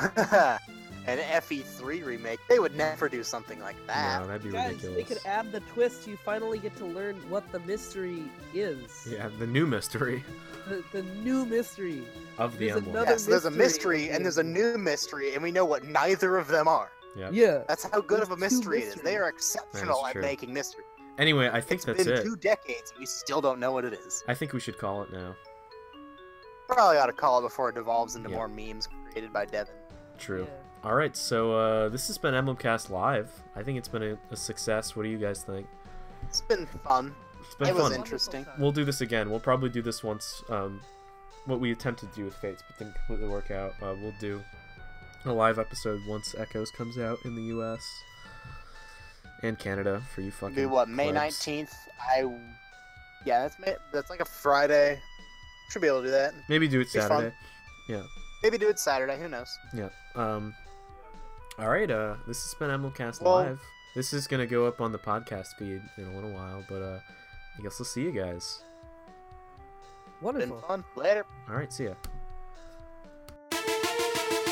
S2: An FE3 E remake. They would never do something like that.
S1: No, that'd be
S5: Ah, Guys,
S1: ridiculous.
S5: they could add the twist. You finally get to learn what the mystery is.
S1: Yeah, the new mystery
S5: The, the new mystery.
S1: of the
S5: There's
S1: emblem.
S5: another-
S2: Yes, there's a
S5: mystery.
S2: mystery and there's a new mystery, and we know what neither of them are.
S1: Yep.
S5: Yeah.
S2: That's how good of a
S5: There's two
S2: mystery it is. They
S5: mysteries.
S2: are exceptional at
S1: true.
S2: making mysteries.
S1: Anyway, I think
S2: It's
S1: that's
S2: been
S1: it.
S2: two decades. We still don't know what it is.
S1: I think we should call it now.
S2: Probably ought to call it before it devolves into
S1: Yeah.
S2: more memes created by Devin.
S1: True.
S5: Yeah.
S1: All right, so uh, this has been Emblemcast Live. I think it's been a, a success. What do you guys think?
S2: It's been fun.
S1: It's been
S2: It was
S1: fun.
S2: in- interesting.
S5: Wonderful time.
S1: We'll do this again. We'll probably do this once. Um, what we attempted to do with Fates, but didn't completely work out. Uh, we'll do a live episode once Echoes comes out in the U.S. and Canada for you fucking.
S2: Do what May
S1: plebs.
S2: nineteenth? I yeah, that's May, that's like a Friday. Should be able to do that.
S1: Maybe do it
S2: Be fun.
S1: Saturday.
S2: Maybe do it Saturday. Who knows?
S1: Yeah. Um. All right. Uh, this has been Emblemcast
S2: Well-
S1: Live. This is gonna go up on the podcast feed in a little while, but uh, I guess we'll see you guys.
S2: Been
S5: Wonderful.
S2: fun. Later.
S1: All right. See ya.